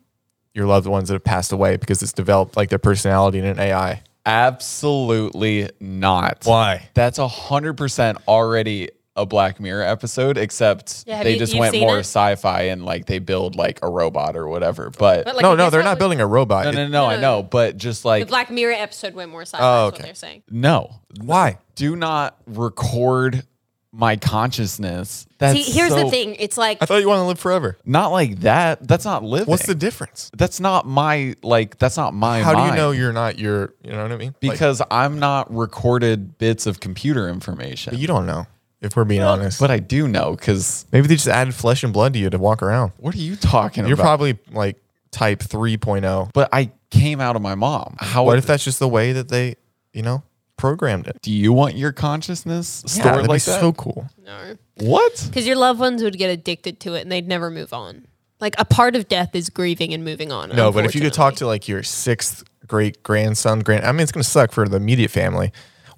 [SPEAKER 3] your loved ones that have passed away because it's developed like their personality in an AI.
[SPEAKER 1] Absolutely not.
[SPEAKER 3] Why?
[SPEAKER 1] That's a hundred percent already a Black Mirror episode, except
[SPEAKER 2] Yeah, have
[SPEAKER 1] they
[SPEAKER 2] you-
[SPEAKER 1] just
[SPEAKER 2] you've
[SPEAKER 1] went
[SPEAKER 2] seen
[SPEAKER 1] more
[SPEAKER 2] it?
[SPEAKER 1] sci-fi and like they build like a robot or whatever. But,
[SPEAKER 2] But like,
[SPEAKER 3] no,
[SPEAKER 2] I
[SPEAKER 3] no,
[SPEAKER 2] guess
[SPEAKER 3] they're
[SPEAKER 2] that
[SPEAKER 3] not
[SPEAKER 2] was-
[SPEAKER 3] building a robot.
[SPEAKER 1] no,
[SPEAKER 3] It-
[SPEAKER 1] no, no, I know. But just
[SPEAKER 2] The
[SPEAKER 1] like
[SPEAKER 2] Black Mirror episode went more sci-fi.
[SPEAKER 3] Oh,
[SPEAKER 2] is
[SPEAKER 3] okay.
[SPEAKER 2] what they're saying.
[SPEAKER 1] no,
[SPEAKER 3] Why?
[SPEAKER 1] do not record my consciousness. That's
[SPEAKER 2] See, here's
[SPEAKER 1] so-
[SPEAKER 2] the thing. It's like
[SPEAKER 3] I thought you wanted to live forever.
[SPEAKER 1] Not like that. That's not living.
[SPEAKER 3] What's the difference?
[SPEAKER 1] That's not my like. That's not my.
[SPEAKER 3] How do you
[SPEAKER 1] mind.
[SPEAKER 3] know you're not your? You know what I mean? Like,
[SPEAKER 1] Because I'm not recorded bits of computer information.
[SPEAKER 3] you don't know. If we're being honest,
[SPEAKER 1] but I do know because
[SPEAKER 3] maybe they just added flesh and blood to you to walk around.
[SPEAKER 1] what are you talking
[SPEAKER 3] You're
[SPEAKER 1] about?
[SPEAKER 3] probably like type 3.0.
[SPEAKER 1] but I came out of my mom. How
[SPEAKER 3] What if that's just the way that they, you know, programmed it?
[SPEAKER 1] do you want your consciousness
[SPEAKER 3] Yeah,
[SPEAKER 1] stored
[SPEAKER 3] that'd
[SPEAKER 1] like
[SPEAKER 3] be
[SPEAKER 1] that?
[SPEAKER 3] so cool.
[SPEAKER 2] no,
[SPEAKER 1] what?
[SPEAKER 2] because your loved ones would get addicted to it and they'd never move on. Like a part of death is grieving and moving on.
[SPEAKER 3] No, but if you could talk
[SPEAKER 2] unfortunately.
[SPEAKER 3] to like your sixth great grandson, grand, I mean, it's gonna suck for the immediate family,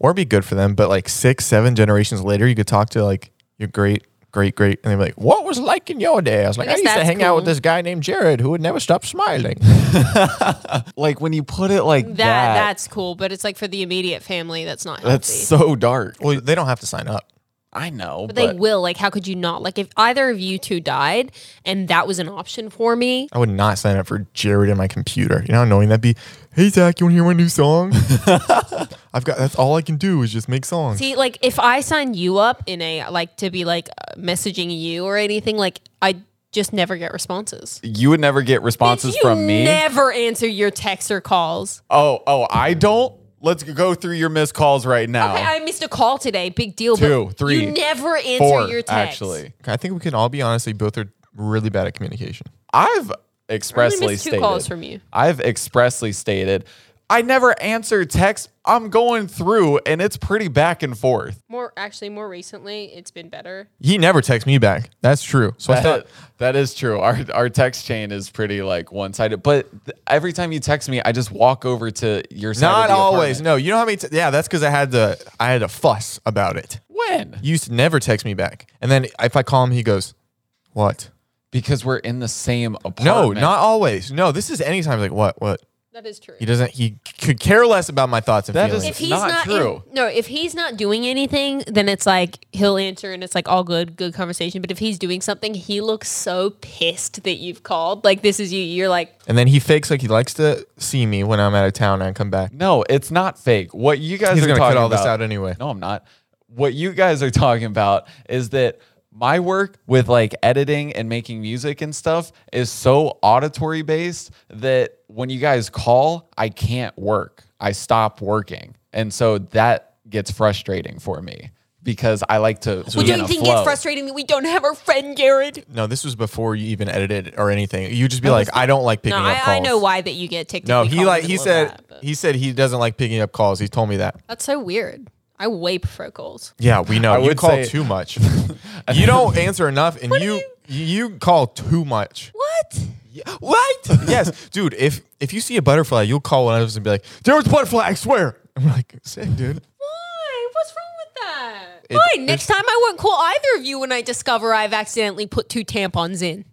[SPEAKER 3] or be good for them. But like six, seven generations later, you could talk to like your great, great, great, and they'd be like, "What was it like in your day?" I was like, "I,
[SPEAKER 2] guess
[SPEAKER 3] used to
[SPEAKER 2] that's
[SPEAKER 3] hang out with
[SPEAKER 2] cool.
[SPEAKER 3] this guy named Jared who would never stop smiling."
[SPEAKER 1] Like when you put it like that,
[SPEAKER 2] that, that's cool, but it's like for the immediate family, that's not healthy.
[SPEAKER 1] that's so dark.
[SPEAKER 3] well, they don't have to sign up.
[SPEAKER 1] I know,
[SPEAKER 2] but
[SPEAKER 1] but,
[SPEAKER 2] they will. Like, how could you not? Like, if either of you two died and that was an option for me,
[SPEAKER 3] I would not sign up for Jared in my computer. You know how annoying that'd be? Hey Zach, you want to hear my new song? I've got that's all I can do is just make songs.
[SPEAKER 2] See, like if I sign you up in a like to be like uh, messaging you or anything, like I just never get responses.
[SPEAKER 1] you would never get responses
[SPEAKER 2] You
[SPEAKER 1] from me.
[SPEAKER 2] Never answer your texts or calls.
[SPEAKER 1] oh, oh, I don't. Let's go through your missed calls right now.
[SPEAKER 2] Okay, I missed a call today. Big deal.
[SPEAKER 1] Oh. Two,
[SPEAKER 2] but
[SPEAKER 1] three,
[SPEAKER 2] You never answer
[SPEAKER 1] Four,
[SPEAKER 2] your texts.
[SPEAKER 1] actually.
[SPEAKER 3] I think we can all be honest. They both are really bad at communication.
[SPEAKER 1] I've
[SPEAKER 2] I
[SPEAKER 1] expressly
[SPEAKER 2] only missed two
[SPEAKER 1] stated.
[SPEAKER 2] calls from you.
[SPEAKER 1] I've expressly stated. I never answer text. I'm going through, and it's pretty back and forth.
[SPEAKER 2] More actually, more recently, it's been better.
[SPEAKER 3] He never texts me back. That's true. So I
[SPEAKER 1] That,
[SPEAKER 3] thought,
[SPEAKER 1] that is true. Our our text chain is pretty like one sided. But th- every time you text me, I just walk over to your side.
[SPEAKER 3] not
[SPEAKER 1] of the
[SPEAKER 3] always.
[SPEAKER 1] apartment.
[SPEAKER 3] No, you know how many? T- yeah, that's because I had to. I had to fuss about it.
[SPEAKER 1] When?
[SPEAKER 3] You used to never text me back, and then if I call him, he goes, "What?
[SPEAKER 1] Because we're in the same apartment.
[SPEAKER 3] No, not always. No, this is anytime. He's Like what? What?
[SPEAKER 2] That is true.
[SPEAKER 3] He doesn't. He could care less about my thoughts and
[SPEAKER 1] That is-
[SPEAKER 3] feelings.
[SPEAKER 2] if he's
[SPEAKER 1] not
[SPEAKER 2] not, in-
[SPEAKER 1] true.
[SPEAKER 2] no, if he's not doing anything, then it's like he'll answer and it's like all good, good conversation. But if he's doing something, he looks so pissed that you've called. Like this is you. You're like,
[SPEAKER 3] and then he fakes like he likes to see me when I'm out of town and I come back.
[SPEAKER 1] No, it's not fake. What you guys
[SPEAKER 3] He's
[SPEAKER 1] are
[SPEAKER 3] gonna
[SPEAKER 1] talking
[SPEAKER 3] cut all
[SPEAKER 1] about-
[SPEAKER 3] this out anyway.
[SPEAKER 1] No, I'm not. What you guys are talking about is that my work with like editing and making music and stuff is so auditory based that when you guys call, I can't work. I stop working. And so that gets frustrating for me because I like to
[SPEAKER 2] well,
[SPEAKER 1] be
[SPEAKER 2] don't
[SPEAKER 1] in
[SPEAKER 2] you
[SPEAKER 1] a
[SPEAKER 2] think
[SPEAKER 1] flow.
[SPEAKER 2] it's frustrating that we don't have our friend Jared?
[SPEAKER 3] No, this was before you even edited or anything. You just be like, I don't like
[SPEAKER 2] No,
[SPEAKER 3] picking up
[SPEAKER 2] I,
[SPEAKER 3] calls.
[SPEAKER 2] I know why that you get ticked.
[SPEAKER 3] No,
[SPEAKER 2] if we
[SPEAKER 3] he
[SPEAKER 2] call
[SPEAKER 3] like
[SPEAKER 2] in the
[SPEAKER 3] he
[SPEAKER 2] middle of
[SPEAKER 3] said
[SPEAKER 2] that, but-
[SPEAKER 3] he said he doesn't like picking up calls. He told me that.
[SPEAKER 2] that's so weird. I way prefer calls.
[SPEAKER 3] Yeah, we know.
[SPEAKER 1] I
[SPEAKER 3] you
[SPEAKER 1] would
[SPEAKER 3] call
[SPEAKER 1] say-
[SPEAKER 3] too much. you don't answer enough, and you, you call too much.
[SPEAKER 2] What?
[SPEAKER 3] What? yes, dude. If if you see a butterfly, you'll call one of us and be like, "There was a butterfly. I swear." I'm like, "Sick, dude."
[SPEAKER 2] Why? What's wrong with that?
[SPEAKER 3] It-
[SPEAKER 2] Fine. Next time I won't call either of you when I discover I've accidentally put two tampons in.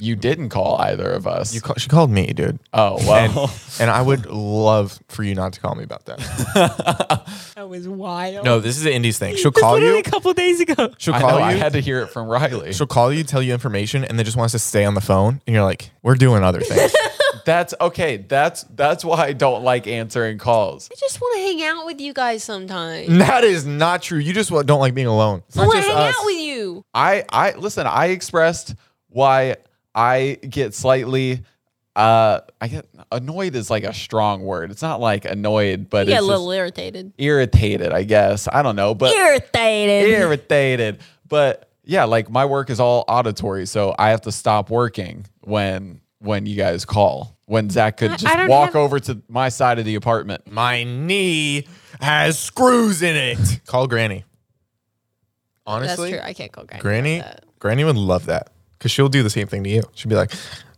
[SPEAKER 1] You didn't call either of us.
[SPEAKER 3] You call, she called me, dude.
[SPEAKER 1] oh, well.
[SPEAKER 3] and I would love for you not to call me about that.
[SPEAKER 2] That was wild.
[SPEAKER 3] No, this is an Indies thing. She'll call you.
[SPEAKER 2] couple days ago.
[SPEAKER 3] She'll
[SPEAKER 1] I,
[SPEAKER 3] call
[SPEAKER 1] know,
[SPEAKER 3] you.
[SPEAKER 1] I had to hear it from Riley.
[SPEAKER 3] she'll call you, tell you information, and then just wants to stay on the phone. And you're like, "We're doing other things."
[SPEAKER 1] That's okay. That's that's why I don't like answering calls.
[SPEAKER 2] I just want to hang out with you guys sometimes.
[SPEAKER 3] that is not true. You just don't like being alone. It's
[SPEAKER 2] I
[SPEAKER 3] Mm, not
[SPEAKER 2] want to
[SPEAKER 3] just
[SPEAKER 2] hang
[SPEAKER 3] us.
[SPEAKER 2] out with you.
[SPEAKER 1] I I listen. I expressed why I get slightly. Uh, I get annoyed is like a strong word. It's not like annoyed, but
[SPEAKER 2] Yeah, a
[SPEAKER 1] it's
[SPEAKER 2] little
[SPEAKER 1] just
[SPEAKER 2] irritated.
[SPEAKER 1] irritated. I guess I don't know, but
[SPEAKER 2] Irritated.
[SPEAKER 1] irritated. but yeah, like my work is all auditory, so I have to stop working when when you guys call. When Zach could just
[SPEAKER 4] don't
[SPEAKER 1] walk
[SPEAKER 4] have-
[SPEAKER 1] over to my side of the apartment.
[SPEAKER 3] My knee has screws in it. Call Granny. Honestly,
[SPEAKER 2] That's true. I can't call Granny.
[SPEAKER 3] Granny, Granny would love that because she'll do the same thing to you. She'll be like,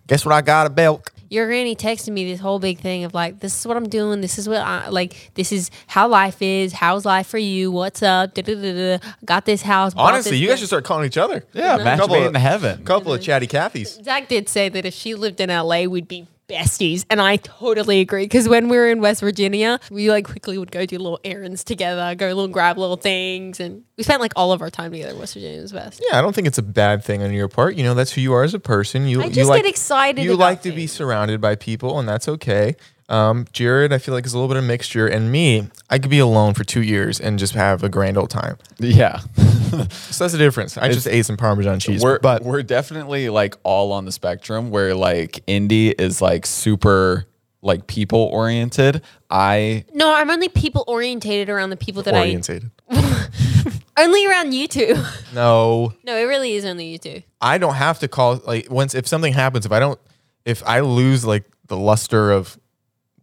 [SPEAKER 3] "Guess what? I got a milk."
[SPEAKER 2] Your granny texted me this whole big thing of like, this is what I'm doing. This is what I like. This is how life is. How's life for you? What's up? Da-da-da-da. Got this house. bought
[SPEAKER 3] Honestly,
[SPEAKER 2] this
[SPEAKER 3] you guys
[SPEAKER 2] thing.
[SPEAKER 3] should start calling each other.
[SPEAKER 1] Yeah, match
[SPEAKER 3] Couple
[SPEAKER 1] made
[SPEAKER 3] of-
[SPEAKER 1] in heaven.
[SPEAKER 3] Couple
[SPEAKER 2] Mm-hmm.
[SPEAKER 3] of chatty Cathy's.
[SPEAKER 2] Zach did say that if she lived in LA, we'd be besties, and I totally agree. Because when we were in West Virginia, we like quickly would go do little errands together, go little grab little things, and we spent like all of our time together. in West Virginia was best.
[SPEAKER 3] Yeah, I don't think it's a bad thing on your part. You know, that's who you are as a person. You
[SPEAKER 2] I
[SPEAKER 3] you
[SPEAKER 2] just
[SPEAKER 3] like,
[SPEAKER 2] get excited
[SPEAKER 3] You
[SPEAKER 2] about
[SPEAKER 3] like to be surrounded by people, and that's okay. Um, Jared, I feel like is a little bit of a mixture, and me, I could be alone for two years and just have a grand old time.
[SPEAKER 1] Yeah.
[SPEAKER 3] So that's the difference. I just ate some Parmesan cheese,
[SPEAKER 1] we're
[SPEAKER 3] but
[SPEAKER 1] we're definitely like all on the spectrum where like indie is like super like people oriented. I
[SPEAKER 2] No, I'm only people orientated around the people that
[SPEAKER 3] orientated.
[SPEAKER 2] I only around you two.
[SPEAKER 3] No,
[SPEAKER 2] no, it really is only you two.
[SPEAKER 3] I don't have to call like once if something happens if I don't if I lose like the luster of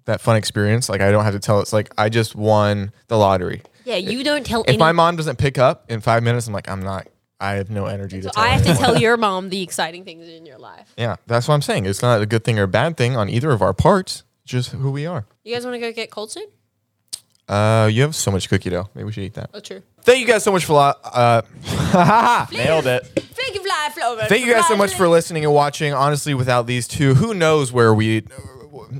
[SPEAKER 3] that fun experience like I don't have to tell it's like I just won the lottery.
[SPEAKER 2] Yeah, you don't tell.
[SPEAKER 3] If
[SPEAKER 2] any-
[SPEAKER 3] my mom doesn't pick up in 5 minutes I'm like I'm not I have no energy to tell.
[SPEAKER 2] I have to
[SPEAKER 3] anyone.
[SPEAKER 2] tell your mom the exciting things in your life.
[SPEAKER 3] Yeah, that's what I'm saying. It's not a good thing or a bad thing on either of our parts, just who we are.
[SPEAKER 2] You guys want to go get cold soon?
[SPEAKER 3] Uh, you have so much cookie dough. Maybe we should eat that.
[SPEAKER 2] Oh, true.
[SPEAKER 3] Thank you guys so much for lo- uh
[SPEAKER 1] nailed it.
[SPEAKER 2] Thank you, fly, Flover.
[SPEAKER 3] Thank you guys so much for listening and watching. Honestly, without these two, who knows where we.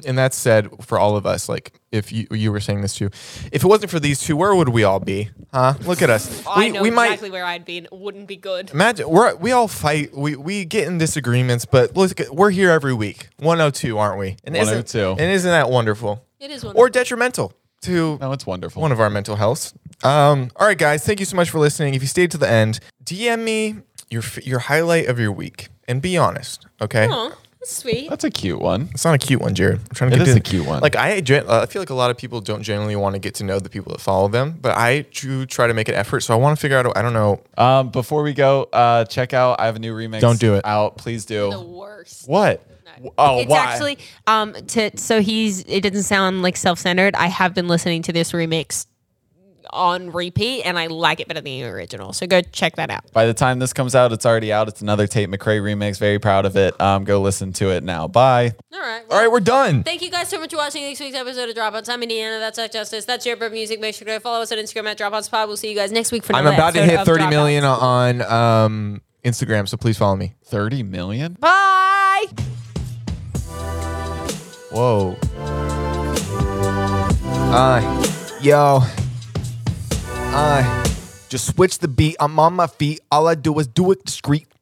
[SPEAKER 3] And that's said for all of us. Like if you you were saying this too, if it wasn't for these two, where would we all be? Huh? Look at us.
[SPEAKER 2] I
[SPEAKER 3] we
[SPEAKER 2] know
[SPEAKER 3] we
[SPEAKER 2] exactly
[SPEAKER 3] might
[SPEAKER 2] where I'd be. And it wouldn't be good.
[SPEAKER 3] imagine we're we all fight. We we get in disagreements, but look, at- we're here every week. One hundred two, aren't we? And isn't-
[SPEAKER 1] 102.
[SPEAKER 3] And isn't that wonderful?
[SPEAKER 2] It is one.
[SPEAKER 3] Or detrimental
[SPEAKER 1] No,
[SPEAKER 3] to
[SPEAKER 1] oh, it's wonderful.
[SPEAKER 3] one of our mental healths. Um, all right, guys, thank you so much for listening. If you stayed to the end, DM me your f- your highlight of your week and be honest. Okay,
[SPEAKER 2] Aw, that's sweet.
[SPEAKER 1] That's a cute one.
[SPEAKER 3] it's not a cute one, Jared. I'm trying to
[SPEAKER 1] It
[SPEAKER 3] get
[SPEAKER 1] is
[SPEAKER 3] to-
[SPEAKER 1] a cute one.
[SPEAKER 3] Like I, gen- uh, I feel like a lot of people don't generally want to get to know the people that follow them, but I do try to make an effort. So I want to figure out. I don't know.
[SPEAKER 1] Um, before we go, uh, check out. I have a new remix.
[SPEAKER 3] Don't do it.
[SPEAKER 1] Out, please do.
[SPEAKER 2] The worst.
[SPEAKER 1] What? Oh,
[SPEAKER 2] it's
[SPEAKER 1] why?
[SPEAKER 2] actually um to so he's it doesn't sound like self-centered. I have been listening to this remix on repeat and I like it better than the original. So go check that out.
[SPEAKER 1] By the time this comes out, it's already out. It's another Tate McRae remix. Very proud of it. Um, go listen to it now. Bye.
[SPEAKER 2] All right.
[SPEAKER 3] All right, we're done.
[SPEAKER 2] Thank you guys so much for watching this week's episode of Dropouts. I'm Indiana. That's Zach Justice. That's Jared Bird Music. Make sure to follow us on Instagram at Dropouts Pod. We'll see you guys next week for
[SPEAKER 3] I'm
[SPEAKER 2] another
[SPEAKER 3] about to
[SPEAKER 2] episode
[SPEAKER 3] hit
[SPEAKER 2] of
[SPEAKER 3] 30
[SPEAKER 2] Dropouts.
[SPEAKER 3] million on um, Instagram, so please follow me.
[SPEAKER 1] Thirty million.
[SPEAKER 2] Bye.
[SPEAKER 3] Whoa. Uh, yo. Uh, just switch the beat. I'm on my feet. All I do is do it discreet.